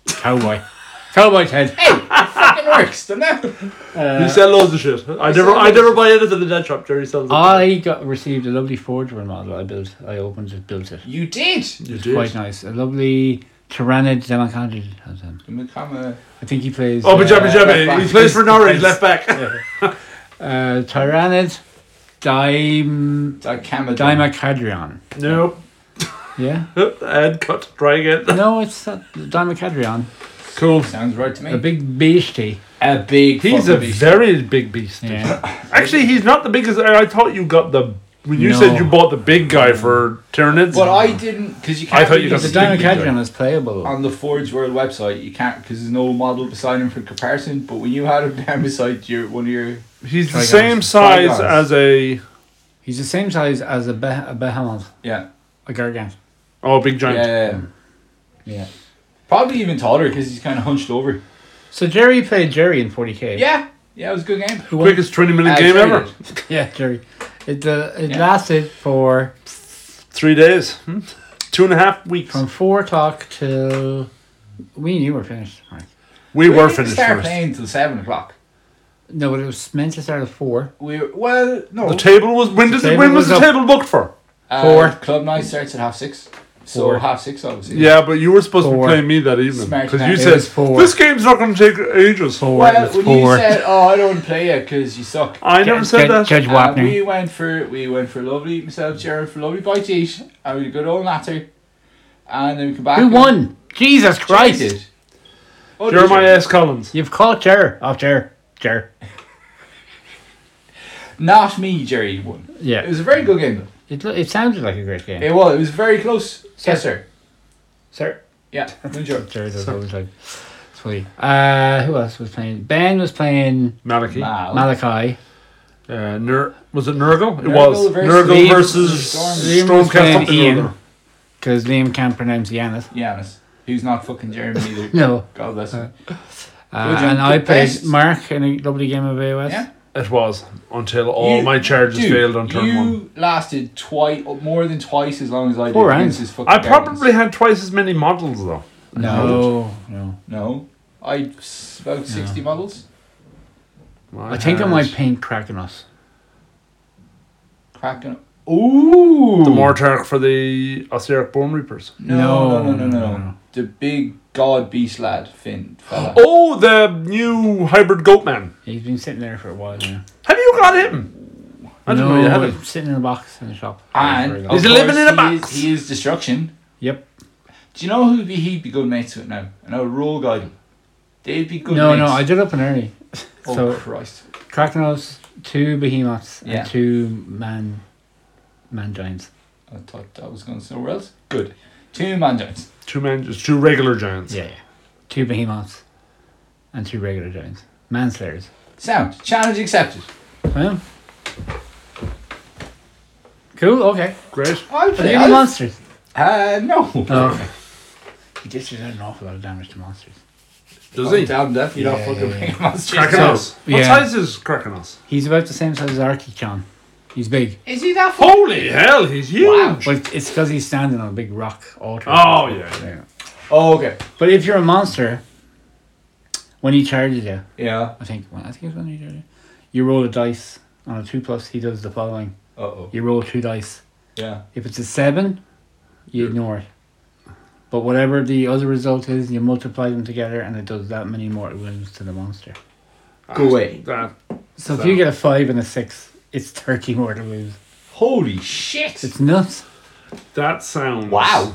[SPEAKER 2] cowboy, cowboy's head.
[SPEAKER 3] fucking works. Don't know.
[SPEAKER 1] you sell loads of shit. I never,
[SPEAKER 3] sell
[SPEAKER 1] I never buy anything in that shop. Jerry sells.
[SPEAKER 2] I got received a lovely forgery model I built. I opened it, built it.
[SPEAKER 3] You did.
[SPEAKER 1] it. You
[SPEAKER 2] It's
[SPEAKER 1] did.
[SPEAKER 2] quite nice. A lovely Tyrannid Democandid has him.
[SPEAKER 3] uh,
[SPEAKER 2] I think he plays.
[SPEAKER 1] Oh, but
[SPEAKER 2] uh,
[SPEAKER 1] Jabba Jabba, he
[SPEAKER 3] back.
[SPEAKER 1] plays for Norwich, left back.
[SPEAKER 2] uh, Tyrannid Dime
[SPEAKER 3] It's like Camadon.
[SPEAKER 2] Dimacadrion.
[SPEAKER 1] No,
[SPEAKER 2] Yeah.
[SPEAKER 1] and cut. Try again.
[SPEAKER 2] No, it's not Dimacadrion.
[SPEAKER 1] Cool.
[SPEAKER 3] Sounds right to me.
[SPEAKER 2] A big beastie.
[SPEAKER 3] A big.
[SPEAKER 1] He's
[SPEAKER 3] fucking
[SPEAKER 1] a
[SPEAKER 3] beast.
[SPEAKER 1] very big beast.
[SPEAKER 2] Yeah.
[SPEAKER 1] Actually, he's not the biggest. I I thought you got the. When you
[SPEAKER 2] No.
[SPEAKER 1] said you bought the big guy for Tyranids.
[SPEAKER 3] But I didn't because you can't.
[SPEAKER 1] I thought you
[SPEAKER 3] really
[SPEAKER 1] got
[SPEAKER 2] The
[SPEAKER 1] It's a big
[SPEAKER 2] Dimacadrion is playable.
[SPEAKER 3] on the Forge World website. You can't because there's no model beside him for comparison. But when you had him down beside your one of your,
[SPEAKER 1] He's the
[SPEAKER 2] Trigons.
[SPEAKER 1] same size
[SPEAKER 3] Trigons.
[SPEAKER 1] as a
[SPEAKER 2] He's the same size as a, beh- a behemoth,
[SPEAKER 3] yeah,
[SPEAKER 2] a gargant.
[SPEAKER 1] oh big
[SPEAKER 3] yeah,
[SPEAKER 1] giant.
[SPEAKER 3] yeah.
[SPEAKER 2] Yeah.
[SPEAKER 3] probably even taller because he's kind of hunched over.
[SPEAKER 2] So Jerry played Jerry in 40k.
[SPEAKER 3] Yeah, yeah, it was a good game.
[SPEAKER 2] Who won?
[SPEAKER 1] Quickest twenty minute
[SPEAKER 3] Uh,
[SPEAKER 1] game
[SPEAKER 3] sorry,
[SPEAKER 1] ever.
[SPEAKER 2] Yeah, Jerry. It uh, it
[SPEAKER 3] Yeah.
[SPEAKER 2] lasted for
[SPEAKER 1] Three days, Hmm? two and a half weeks.
[SPEAKER 2] from four o'clock till we and you were finished. Right.
[SPEAKER 1] We were
[SPEAKER 3] didn't
[SPEAKER 1] finished
[SPEAKER 3] Start
[SPEAKER 1] first.
[SPEAKER 3] playing till seven o'clock.
[SPEAKER 2] No, but it was meant to start at four.
[SPEAKER 3] We were, well no
[SPEAKER 1] The table was when does it
[SPEAKER 2] table
[SPEAKER 1] when was
[SPEAKER 2] was
[SPEAKER 1] the
[SPEAKER 2] up.
[SPEAKER 1] table booked for?
[SPEAKER 3] Uh,
[SPEAKER 2] Four.
[SPEAKER 3] club night starts at half six. So
[SPEAKER 2] Four.
[SPEAKER 3] half six, obviously.
[SPEAKER 1] Yeah, but you were supposed to be
[SPEAKER 2] Four.
[SPEAKER 1] playing me that evening
[SPEAKER 3] Smack
[SPEAKER 1] because
[SPEAKER 3] that.
[SPEAKER 1] you
[SPEAKER 3] It
[SPEAKER 1] said
[SPEAKER 2] was four.
[SPEAKER 1] this game's not going to take ages.
[SPEAKER 2] Four.
[SPEAKER 3] Well,
[SPEAKER 2] It's
[SPEAKER 3] when you
[SPEAKER 2] four.
[SPEAKER 3] said, "Oh, I don't play it because you suck,"
[SPEAKER 1] I never
[SPEAKER 2] Judge-
[SPEAKER 1] said that.
[SPEAKER 2] Judge
[SPEAKER 3] Uh,
[SPEAKER 2] Wapner.
[SPEAKER 3] we went for we went for lovely myself, Jared for lovely bite to eat, and we good old natter, and then we come back.
[SPEAKER 2] Who
[SPEAKER 3] and-
[SPEAKER 2] won? Jesus
[SPEAKER 3] Jerry
[SPEAKER 2] Christ!
[SPEAKER 3] did. Oh, did
[SPEAKER 1] Jeremiah
[SPEAKER 3] you?
[SPEAKER 1] S. Collins.
[SPEAKER 2] You've caught Jer. Oh, Jer. Jer.
[SPEAKER 3] Not me, Jerry won.
[SPEAKER 2] Yeah.
[SPEAKER 3] It was a very good game.
[SPEAKER 2] It, lo- it sounded like a great game.
[SPEAKER 3] It was. It was very close. Yes, sir.
[SPEAKER 2] Sir.
[SPEAKER 3] Yeah. no joke.
[SPEAKER 2] Jer does always like. Sweet. Uh, who else was playing? Ben was playing
[SPEAKER 1] Maliki.
[SPEAKER 3] Mal.
[SPEAKER 2] Malachi.
[SPEAKER 1] Uh, Ner- was it Nurgle? It
[SPEAKER 3] Nurgle
[SPEAKER 1] was.
[SPEAKER 3] versus
[SPEAKER 1] Nurgle
[SPEAKER 2] Liam.
[SPEAKER 1] versus
[SPEAKER 3] Storm.
[SPEAKER 2] Liam was
[SPEAKER 1] Stormcast
[SPEAKER 2] playing
[SPEAKER 1] something or
[SPEAKER 2] Ian.
[SPEAKER 1] other.
[SPEAKER 2] Because Liam can't pronounce Yanis.
[SPEAKER 3] Giannis, who's not fucking Jeremy either.
[SPEAKER 2] No.
[SPEAKER 3] God bless him.
[SPEAKER 2] Uh,
[SPEAKER 3] Good
[SPEAKER 2] and
[SPEAKER 3] job.
[SPEAKER 2] I
[SPEAKER 3] Good
[SPEAKER 2] played
[SPEAKER 3] best.
[SPEAKER 2] Mark in a lovely game of AOS.
[SPEAKER 3] Yeah.
[SPEAKER 1] It was until all
[SPEAKER 3] You-
[SPEAKER 1] my charges
[SPEAKER 3] Dude,
[SPEAKER 1] failed on turn
[SPEAKER 3] you
[SPEAKER 1] one.
[SPEAKER 3] lasted twice, more than twice as long as I did.
[SPEAKER 2] Four rounds.
[SPEAKER 3] against his fucking
[SPEAKER 1] I
[SPEAKER 3] Guardians.
[SPEAKER 1] probably had twice as many models though.
[SPEAKER 2] No, no.
[SPEAKER 3] no. I s- about sixty models.
[SPEAKER 2] I think I
[SPEAKER 1] had
[SPEAKER 2] might paint Krakenos.
[SPEAKER 3] Cracking. Ooh.
[SPEAKER 1] the Mortark for the Osiric Bone Reapers.
[SPEAKER 3] No,
[SPEAKER 2] No,
[SPEAKER 3] no, no, no, no.
[SPEAKER 2] no, no.
[SPEAKER 3] The big god beast lad, Finn. Fella.
[SPEAKER 1] Oh, the new hybrid goat man.
[SPEAKER 2] He's been sitting there for a while now.
[SPEAKER 1] Have you got him? I didn't know you had him.
[SPEAKER 2] he's sitting in a box in the shop.
[SPEAKER 3] and
[SPEAKER 1] He's
[SPEAKER 3] of
[SPEAKER 1] living
[SPEAKER 3] course,
[SPEAKER 1] in a
[SPEAKER 3] he
[SPEAKER 1] box.
[SPEAKER 3] Is, he is destruction.
[SPEAKER 2] Yep.
[SPEAKER 3] Do you know who would be, he'd be good mates with now? An old rogue idol. They'd be good
[SPEAKER 2] No, no,
[SPEAKER 3] mates.
[SPEAKER 2] I did up and early.
[SPEAKER 3] Oh
[SPEAKER 2] so-
[SPEAKER 3] Christ!
[SPEAKER 2] Krakenos, two behemoths,
[SPEAKER 3] Yeah.
[SPEAKER 2] and two man man giants.
[SPEAKER 3] I thought that was going somewhere else. Good. Two man giants.
[SPEAKER 1] Two men, just two regular giants.
[SPEAKER 2] Yeah, yeah. Two behemoths and two regular giants. Manslayers.
[SPEAKER 3] Sound challenge accepted.
[SPEAKER 2] Well. Cool, okay.
[SPEAKER 1] Great.
[SPEAKER 3] I
[SPEAKER 2] Are they all monsters?
[SPEAKER 3] Uh, no.
[SPEAKER 2] Oh, okay. He just did an awful lot of damage to monsters.
[SPEAKER 1] Does he?
[SPEAKER 3] Down deaf. You don't
[SPEAKER 2] Yeah,
[SPEAKER 3] fucking
[SPEAKER 2] yeah,
[SPEAKER 3] bring
[SPEAKER 2] yeah.
[SPEAKER 3] him on stage.
[SPEAKER 1] Krakenos. What
[SPEAKER 2] yeah.
[SPEAKER 1] size is Krakenos?
[SPEAKER 2] He's about the same size as Archichan. He's big.
[SPEAKER 3] Is he that? F-
[SPEAKER 1] Holy hell, he's huge.
[SPEAKER 2] But it's because he's standing on a big rock altar.
[SPEAKER 1] Oh, yeah, yeah.
[SPEAKER 3] oh, okay.
[SPEAKER 2] But if you're a monster, when he charges you,
[SPEAKER 3] Yeah.
[SPEAKER 2] I think well, I think it's when he charges you, you roll a dice on a two plus. He does the following:
[SPEAKER 3] Uh oh.
[SPEAKER 2] you roll two dice.
[SPEAKER 3] Yeah.
[SPEAKER 2] If it's a seven, you ignore it. But whatever the other result is, you multiply them together, and it does that many more wounds to the monster.
[SPEAKER 3] Go away.
[SPEAKER 1] That-
[SPEAKER 2] So,
[SPEAKER 1] So-
[SPEAKER 2] if you get a five and a six, it's thirty more to lose.
[SPEAKER 3] Holy shit!
[SPEAKER 2] It's nuts.
[SPEAKER 1] that sounds.
[SPEAKER 3] Wow.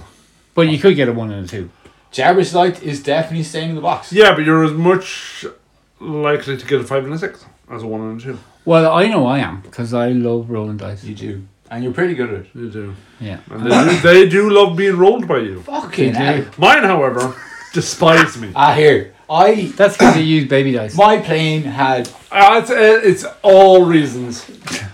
[SPEAKER 2] But you could get a one and a two.
[SPEAKER 3] Jabber's light is definitely staying in the box.
[SPEAKER 1] Yeah, but you're as much likely to get a five and a six as a one and a two.
[SPEAKER 2] Well, I know I am because I love rolling dice.
[SPEAKER 3] You do. And you're pretty good at it.
[SPEAKER 1] You do.
[SPEAKER 2] Yeah.
[SPEAKER 1] And they do, they do love being rolled by you.
[SPEAKER 3] Fucking hell.
[SPEAKER 1] Mine, however, despise me.
[SPEAKER 3] Ah, here. I.
[SPEAKER 2] That's because you use baby dice.
[SPEAKER 3] My plane had.
[SPEAKER 1] Uh, it's, uh, it's all reasons.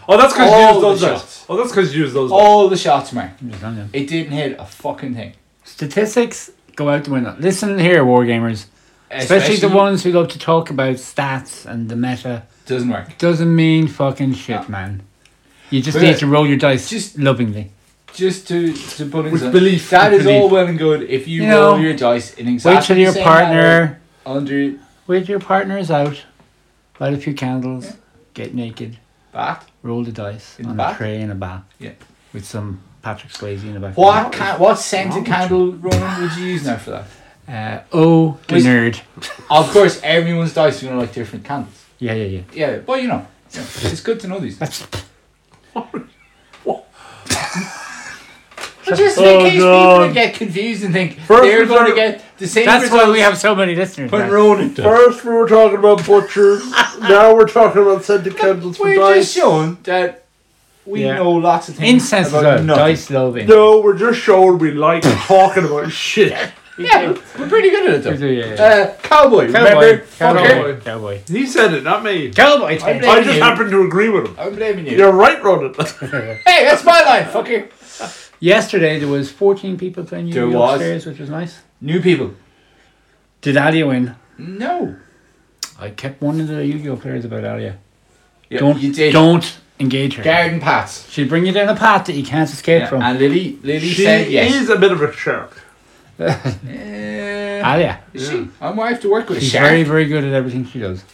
[SPEAKER 1] Oh, that's because you
[SPEAKER 3] All
[SPEAKER 1] use those
[SPEAKER 3] the
[SPEAKER 1] dice.
[SPEAKER 3] shots.
[SPEAKER 1] Oh, that's because you use those dice.
[SPEAKER 3] All the shots, man.
[SPEAKER 2] Understand that.
[SPEAKER 3] It didn't hit a fucking thing.
[SPEAKER 2] Statistics go out the window. Listen here, wargamers. Especially, the ones who love to talk about stats and the meta.
[SPEAKER 3] Doesn't work.
[SPEAKER 2] Doesn't mean fucking shit, man. You just
[SPEAKER 3] But
[SPEAKER 2] need
[SPEAKER 3] yeah,
[SPEAKER 2] to roll your dice
[SPEAKER 3] just-
[SPEAKER 2] lovingly.
[SPEAKER 3] Just to, to put it
[SPEAKER 1] With
[SPEAKER 3] some-
[SPEAKER 1] belief,
[SPEAKER 3] That
[SPEAKER 1] with
[SPEAKER 3] is
[SPEAKER 1] belief.
[SPEAKER 3] all well and good if you,
[SPEAKER 2] You
[SPEAKER 3] roll
[SPEAKER 2] know,
[SPEAKER 3] your dice in exactly
[SPEAKER 2] Wait till
[SPEAKER 3] the
[SPEAKER 2] your
[SPEAKER 3] same manner
[SPEAKER 2] partner,
[SPEAKER 3] under
[SPEAKER 2] wait till your partner is out. Light a few candles, get naked,
[SPEAKER 3] bat.
[SPEAKER 2] roll the dice
[SPEAKER 3] In the
[SPEAKER 2] on a
[SPEAKER 3] bath?
[SPEAKER 2] tray in a bath.
[SPEAKER 3] Yeah.
[SPEAKER 2] With some Patrick Swayze in the back.
[SPEAKER 3] What can, what scented
[SPEAKER 1] wrong with
[SPEAKER 3] candle Ronan would you use now for that?
[SPEAKER 2] Uh, oh, the
[SPEAKER 3] Was-
[SPEAKER 2] nerd.
[SPEAKER 3] Of course, everyone's dice are gonna like different candles.
[SPEAKER 2] Yeah, yeah, yeah.
[SPEAKER 3] Yeah, but you know, yeah, it's good to know these.
[SPEAKER 2] That's
[SPEAKER 3] But just
[SPEAKER 1] Oh,
[SPEAKER 3] in case
[SPEAKER 1] God.
[SPEAKER 3] people would get confused and think
[SPEAKER 1] First
[SPEAKER 3] they're
[SPEAKER 1] result-
[SPEAKER 3] going to get the same
[SPEAKER 2] that's
[SPEAKER 3] results
[SPEAKER 2] why we have so many listeners.
[SPEAKER 3] when
[SPEAKER 2] man.
[SPEAKER 3] Ronan does.
[SPEAKER 1] First, we were talking about butchers. now we're talking about scented candles for
[SPEAKER 3] We're
[SPEAKER 1] dice.
[SPEAKER 3] just showing that we
[SPEAKER 2] Yeah.
[SPEAKER 3] know lots of things
[SPEAKER 2] Incense as
[SPEAKER 3] about
[SPEAKER 2] well.
[SPEAKER 3] nothing.
[SPEAKER 2] Dice loving.
[SPEAKER 1] No, we're just showing we like talking about shit.
[SPEAKER 3] Yeah, we're pretty good at
[SPEAKER 2] We
[SPEAKER 3] it
[SPEAKER 2] do, yeah,
[SPEAKER 3] though.
[SPEAKER 2] yeah.
[SPEAKER 3] Uh, cowboy, remember?
[SPEAKER 2] Cowboy.
[SPEAKER 3] Fucker.
[SPEAKER 2] Cowboy. Cowboy.
[SPEAKER 1] He said it, not me.
[SPEAKER 2] Cowboy.
[SPEAKER 3] I
[SPEAKER 1] I
[SPEAKER 3] blame
[SPEAKER 1] just
[SPEAKER 3] you.
[SPEAKER 1] happened to agree with him.
[SPEAKER 3] I'm blaming you.
[SPEAKER 1] You're right, Ronan.
[SPEAKER 3] Hey, that's my line, fucker.
[SPEAKER 2] Yesterday there was 14 people playing
[SPEAKER 3] There
[SPEAKER 2] you
[SPEAKER 3] was.
[SPEAKER 2] upstairs, which was nice.
[SPEAKER 3] New people.
[SPEAKER 2] Did Alia win?
[SPEAKER 3] No.
[SPEAKER 2] I kept one of the Yu-Gi-Oh players about Alia.
[SPEAKER 3] Yeah,
[SPEAKER 2] don't
[SPEAKER 3] you did.
[SPEAKER 2] don't engage her.
[SPEAKER 3] Garden paths.
[SPEAKER 2] She'll bring you down a path that you can't escape
[SPEAKER 3] Yeah,
[SPEAKER 2] from.
[SPEAKER 3] And Lily, Lily
[SPEAKER 1] she
[SPEAKER 3] said yes.
[SPEAKER 1] is a bit of a shark.
[SPEAKER 3] Is,
[SPEAKER 2] Alia,
[SPEAKER 3] is she? I'm, I have to work with
[SPEAKER 2] she's
[SPEAKER 3] a shark.
[SPEAKER 2] very very good at everything she does.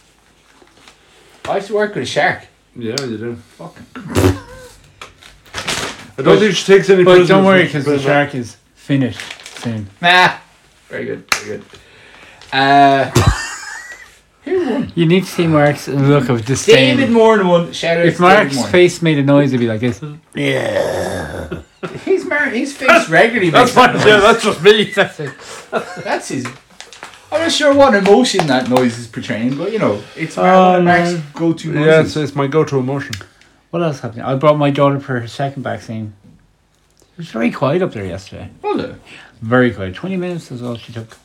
[SPEAKER 3] I have to work with a shark.
[SPEAKER 1] Yeah, you do.
[SPEAKER 3] Fucking.
[SPEAKER 1] I don't think she takes any
[SPEAKER 2] But
[SPEAKER 1] prisoners.
[SPEAKER 2] don't worry, because the
[SPEAKER 1] but-
[SPEAKER 2] shark is finish soon.
[SPEAKER 3] Nah. Very good. Very good. Uh, who won?
[SPEAKER 2] You need to see Mark's look of disdain.
[SPEAKER 3] David Moran won. Shout out
[SPEAKER 2] if
[SPEAKER 3] to David
[SPEAKER 2] Mark's
[SPEAKER 3] Moran.
[SPEAKER 2] face made a noise, it'd be like this.
[SPEAKER 3] He's mar- his face regularly
[SPEAKER 1] That's
[SPEAKER 3] makes
[SPEAKER 1] fine.
[SPEAKER 3] that noise.
[SPEAKER 1] Yeah, that's just me.
[SPEAKER 2] That's it.
[SPEAKER 3] That's his. I'm not sure what emotion that noise is portraying, but you know, it's
[SPEAKER 2] Oh,
[SPEAKER 3] Marlon Mack's
[SPEAKER 2] no.
[SPEAKER 3] go-to noise.
[SPEAKER 1] Yeah, it's, it's my go-to emotion.
[SPEAKER 2] What else happened? I brought my daughter for her second vaccine. It was very quiet up there yesterday.
[SPEAKER 3] Well, uh,
[SPEAKER 2] Very quiet. 20 minutes is all she took.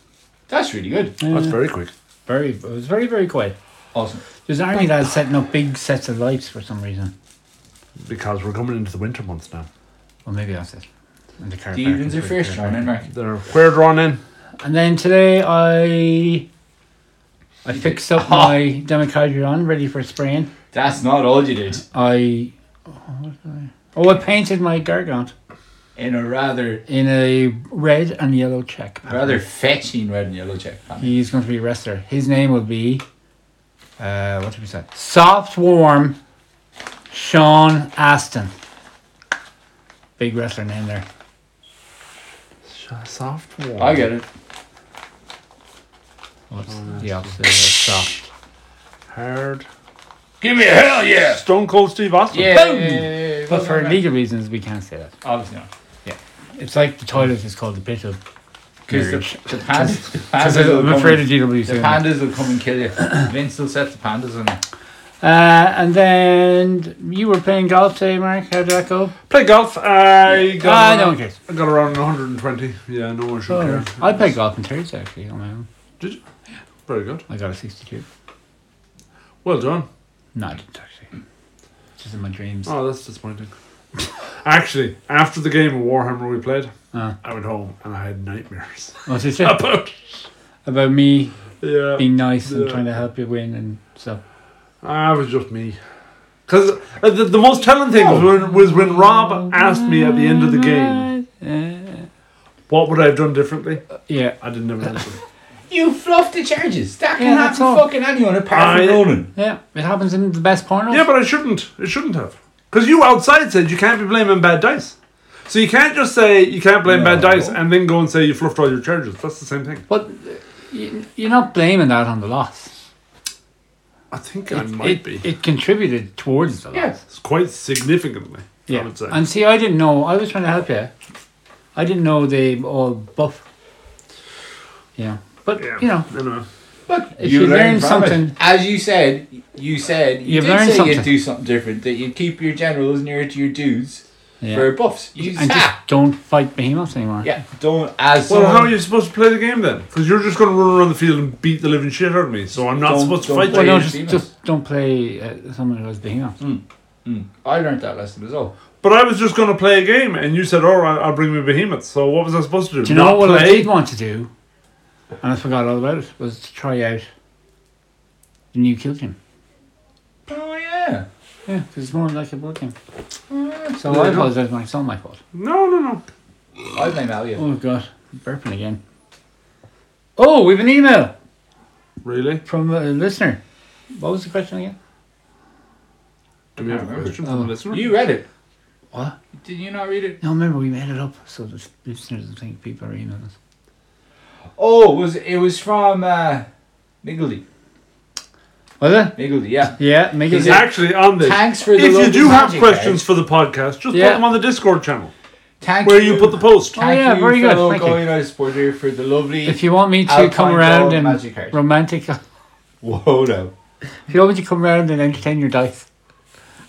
[SPEAKER 3] that's really good.
[SPEAKER 1] That's very quick.
[SPEAKER 2] Very, it was very, very quiet.
[SPEAKER 3] Awesome.
[SPEAKER 2] There's army lads setting up big sets of lights for some reason.
[SPEAKER 1] Because we're coming into the winter months now.
[SPEAKER 2] Well, maybe that's it. And the car
[SPEAKER 3] The
[SPEAKER 2] park
[SPEAKER 3] evenings
[SPEAKER 2] is
[SPEAKER 3] are
[SPEAKER 2] pretty
[SPEAKER 3] first,
[SPEAKER 2] car
[SPEAKER 3] John and
[SPEAKER 2] park.
[SPEAKER 3] Mark.
[SPEAKER 1] They're we're drawn in.
[SPEAKER 2] And then today I I fixed up my democadron ready for spraying.
[SPEAKER 3] That's not all you did.
[SPEAKER 2] I oh, I painted my gargant
[SPEAKER 3] In a rather,
[SPEAKER 2] in a red and yellow check. pattern.
[SPEAKER 3] rather fetching red and yellow check. pattern.
[SPEAKER 2] He's going to be a wrestler. His name will be, uh, what did we say? Soft Warm Sean Aston. Big wrestler name there.
[SPEAKER 1] Soft warm.
[SPEAKER 3] I get it.
[SPEAKER 2] What's the opposite of soft?
[SPEAKER 1] Hard.
[SPEAKER 3] Give me a hell yeah!
[SPEAKER 1] Stone Cold Steve Austin.
[SPEAKER 3] Yeah.
[SPEAKER 2] Boom!
[SPEAKER 3] yeah,
[SPEAKER 2] But for
[SPEAKER 3] league,
[SPEAKER 2] legal reasons, we can't say that.
[SPEAKER 3] obviously not.
[SPEAKER 2] It's like the toilet is called the pit of.
[SPEAKER 3] Because
[SPEAKER 2] Marriage.
[SPEAKER 3] the, the pandas, the
[SPEAKER 2] Because
[SPEAKER 3] pandas, will
[SPEAKER 2] I'm
[SPEAKER 3] come,
[SPEAKER 2] afraid of
[SPEAKER 3] and-
[SPEAKER 2] GW
[SPEAKER 3] the
[SPEAKER 2] soon.
[SPEAKER 3] pandas will come and kill you. Vince will set the pandas on you.
[SPEAKER 2] Uh, and then you were playing golf today, Mark. How did that go?
[SPEAKER 1] Play golf. I got.
[SPEAKER 2] Ah,
[SPEAKER 1] around-
[SPEAKER 2] no one cares.
[SPEAKER 1] I got around 120. Yeah, no one should
[SPEAKER 2] Oh,
[SPEAKER 1] care.
[SPEAKER 2] no. I played golf on Thursday actually on my own.
[SPEAKER 1] Very good.
[SPEAKER 2] I got a 62.
[SPEAKER 1] Well done.
[SPEAKER 2] No, I didn't actually. It's Just in my dreams.
[SPEAKER 1] Oh, that's disappointing. Actually, after the game of Warhammer we played,
[SPEAKER 2] Ah.
[SPEAKER 1] I went home and I had nightmares
[SPEAKER 2] What's it say?
[SPEAKER 1] about.
[SPEAKER 2] About me
[SPEAKER 1] Yeah,
[SPEAKER 2] being nice and
[SPEAKER 1] Yeah.
[SPEAKER 2] trying to help you win and stuff.
[SPEAKER 1] ah, it was just me. Because the, the most telling thing was, when, was when Rob asked me at the end of the game,
[SPEAKER 2] game.
[SPEAKER 1] "What would I have done differently?"
[SPEAKER 2] yeah.
[SPEAKER 1] I didn't have an answer.
[SPEAKER 3] You fluffed the charges. That can
[SPEAKER 2] Yeah,
[SPEAKER 3] happen
[SPEAKER 2] that's
[SPEAKER 3] to
[SPEAKER 2] all.
[SPEAKER 3] fucking anyone apart
[SPEAKER 1] I-
[SPEAKER 3] from Ronan.
[SPEAKER 2] Yeah. It happens in the best pornos.
[SPEAKER 1] yeah, but I shouldn't. It shouldn't have. Because you outside said you can't be blaming bad dice. So you can't just say you can't blame bad
[SPEAKER 3] No.
[SPEAKER 1] dice and then go and say you fluffed all your charges. That's the same thing.
[SPEAKER 2] But uh, you- you're not blaming that on the loss.
[SPEAKER 1] I think I
[SPEAKER 2] It,
[SPEAKER 1] might
[SPEAKER 2] it,
[SPEAKER 1] be.
[SPEAKER 2] it contributed towards the loss.
[SPEAKER 3] Yeah.
[SPEAKER 1] It's quite significantly. I
[SPEAKER 2] Yeah.
[SPEAKER 1] would say.
[SPEAKER 2] And see, I didn't know. I was trying to help you. I didn't know they all buff. Yeah. But,
[SPEAKER 1] yeah.
[SPEAKER 2] you know,
[SPEAKER 1] Anyway.
[SPEAKER 3] But
[SPEAKER 2] If you learn
[SPEAKER 3] from it.
[SPEAKER 2] something-
[SPEAKER 3] as you said, you said you
[SPEAKER 2] You've
[SPEAKER 3] did
[SPEAKER 2] learned
[SPEAKER 3] say
[SPEAKER 2] something.
[SPEAKER 3] you'd do something different. That you'd keep your generals near to your dudes
[SPEAKER 2] yeah.
[SPEAKER 3] for buffs. You
[SPEAKER 2] and
[SPEAKER 3] ah,
[SPEAKER 2] just don't fight behemoths anymore.
[SPEAKER 3] yeah, don't as
[SPEAKER 1] Well,
[SPEAKER 3] someone-
[SPEAKER 1] how are you supposed to play the game then? Because you're just going to run around the field and beat the living shit out of me. So I'm not
[SPEAKER 3] Don't-
[SPEAKER 1] supposed to
[SPEAKER 3] don't
[SPEAKER 1] fight
[SPEAKER 2] Well,
[SPEAKER 1] you.
[SPEAKER 2] no,
[SPEAKER 3] Play
[SPEAKER 2] just,
[SPEAKER 3] behemoths.
[SPEAKER 2] just don't play uh, someone who has behemoths.
[SPEAKER 3] Mm, I learned that lesson as well.
[SPEAKER 1] But I was just going to play a game, and you said, "All right, I'll bring me behemoths." So what was I supposed to do?
[SPEAKER 2] Do you know
[SPEAKER 1] Not
[SPEAKER 2] what I
[SPEAKER 1] play?
[SPEAKER 2] did want to do, and I forgot all about it, was to try out the new kill game.
[SPEAKER 3] Oh yeah.
[SPEAKER 2] Yeah, because it's more like a board game.
[SPEAKER 3] Mm.
[SPEAKER 2] So
[SPEAKER 1] Yeah,
[SPEAKER 2] I
[SPEAKER 1] I know.
[SPEAKER 2] apologise, Mike. It's not my fault.
[SPEAKER 1] No, no, no.
[SPEAKER 3] I blame Elliot.
[SPEAKER 2] Oh, God. Burping again. Oh, we have an email
[SPEAKER 1] Really?
[SPEAKER 2] from a listener. What was the question again?
[SPEAKER 1] Do we have a
[SPEAKER 3] remember.
[SPEAKER 1] question from
[SPEAKER 2] Oh.
[SPEAKER 1] the listener?
[SPEAKER 3] You read it.
[SPEAKER 2] What?
[SPEAKER 3] Did you not read it?
[SPEAKER 2] No, remember, we made it up so the listeners would think people are emailing us.
[SPEAKER 3] Oh, it was it was from uh, Niggledy.
[SPEAKER 2] Was it?
[SPEAKER 3] Niggledy, yeah.
[SPEAKER 2] Yeah, make
[SPEAKER 3] Is
[SPEAKER 2] it.
[SPEAKER 1] He's
[SPEAKER 3] it-
[SPEAKER 1] actually on this.
[SPEAKER 3] Thanks for the
[SPEAKER 1] If you
[SPEAKER 3] local
[SPEAKER 1] do have
[SPEAKER 3] magic,
[SPEAKER 1] questions for the podcast, just
[SPEAKER 2] Yeah.
[SPEAKER 1] put them on the Discord channel
[SPEAKER 3] Thank
[SPEAKER 1] where you put the post.
[SPEAKER 2] Oh, yeah,
[SPEAKER 3] you,
[SPEAKER 2] very good,
[SPEAKER 3] fellow
[SPEAKER 2] thank you.
[SPEAKER 3] Go United supporter for the lovely.
[SPEAKER 2] If you want me to
[SPEAKER 3] Alpine
[SPEAKER 2] come around
[SPEAKER 3] Gold
[SPEAKER 2] and
[SPEAKER 3] Magic Heart.
[SPEAKER 2] romantic, if
[SPEAKER 3] Whoa, no.
[SPEAKER 2] you want me to come around and entertain your dice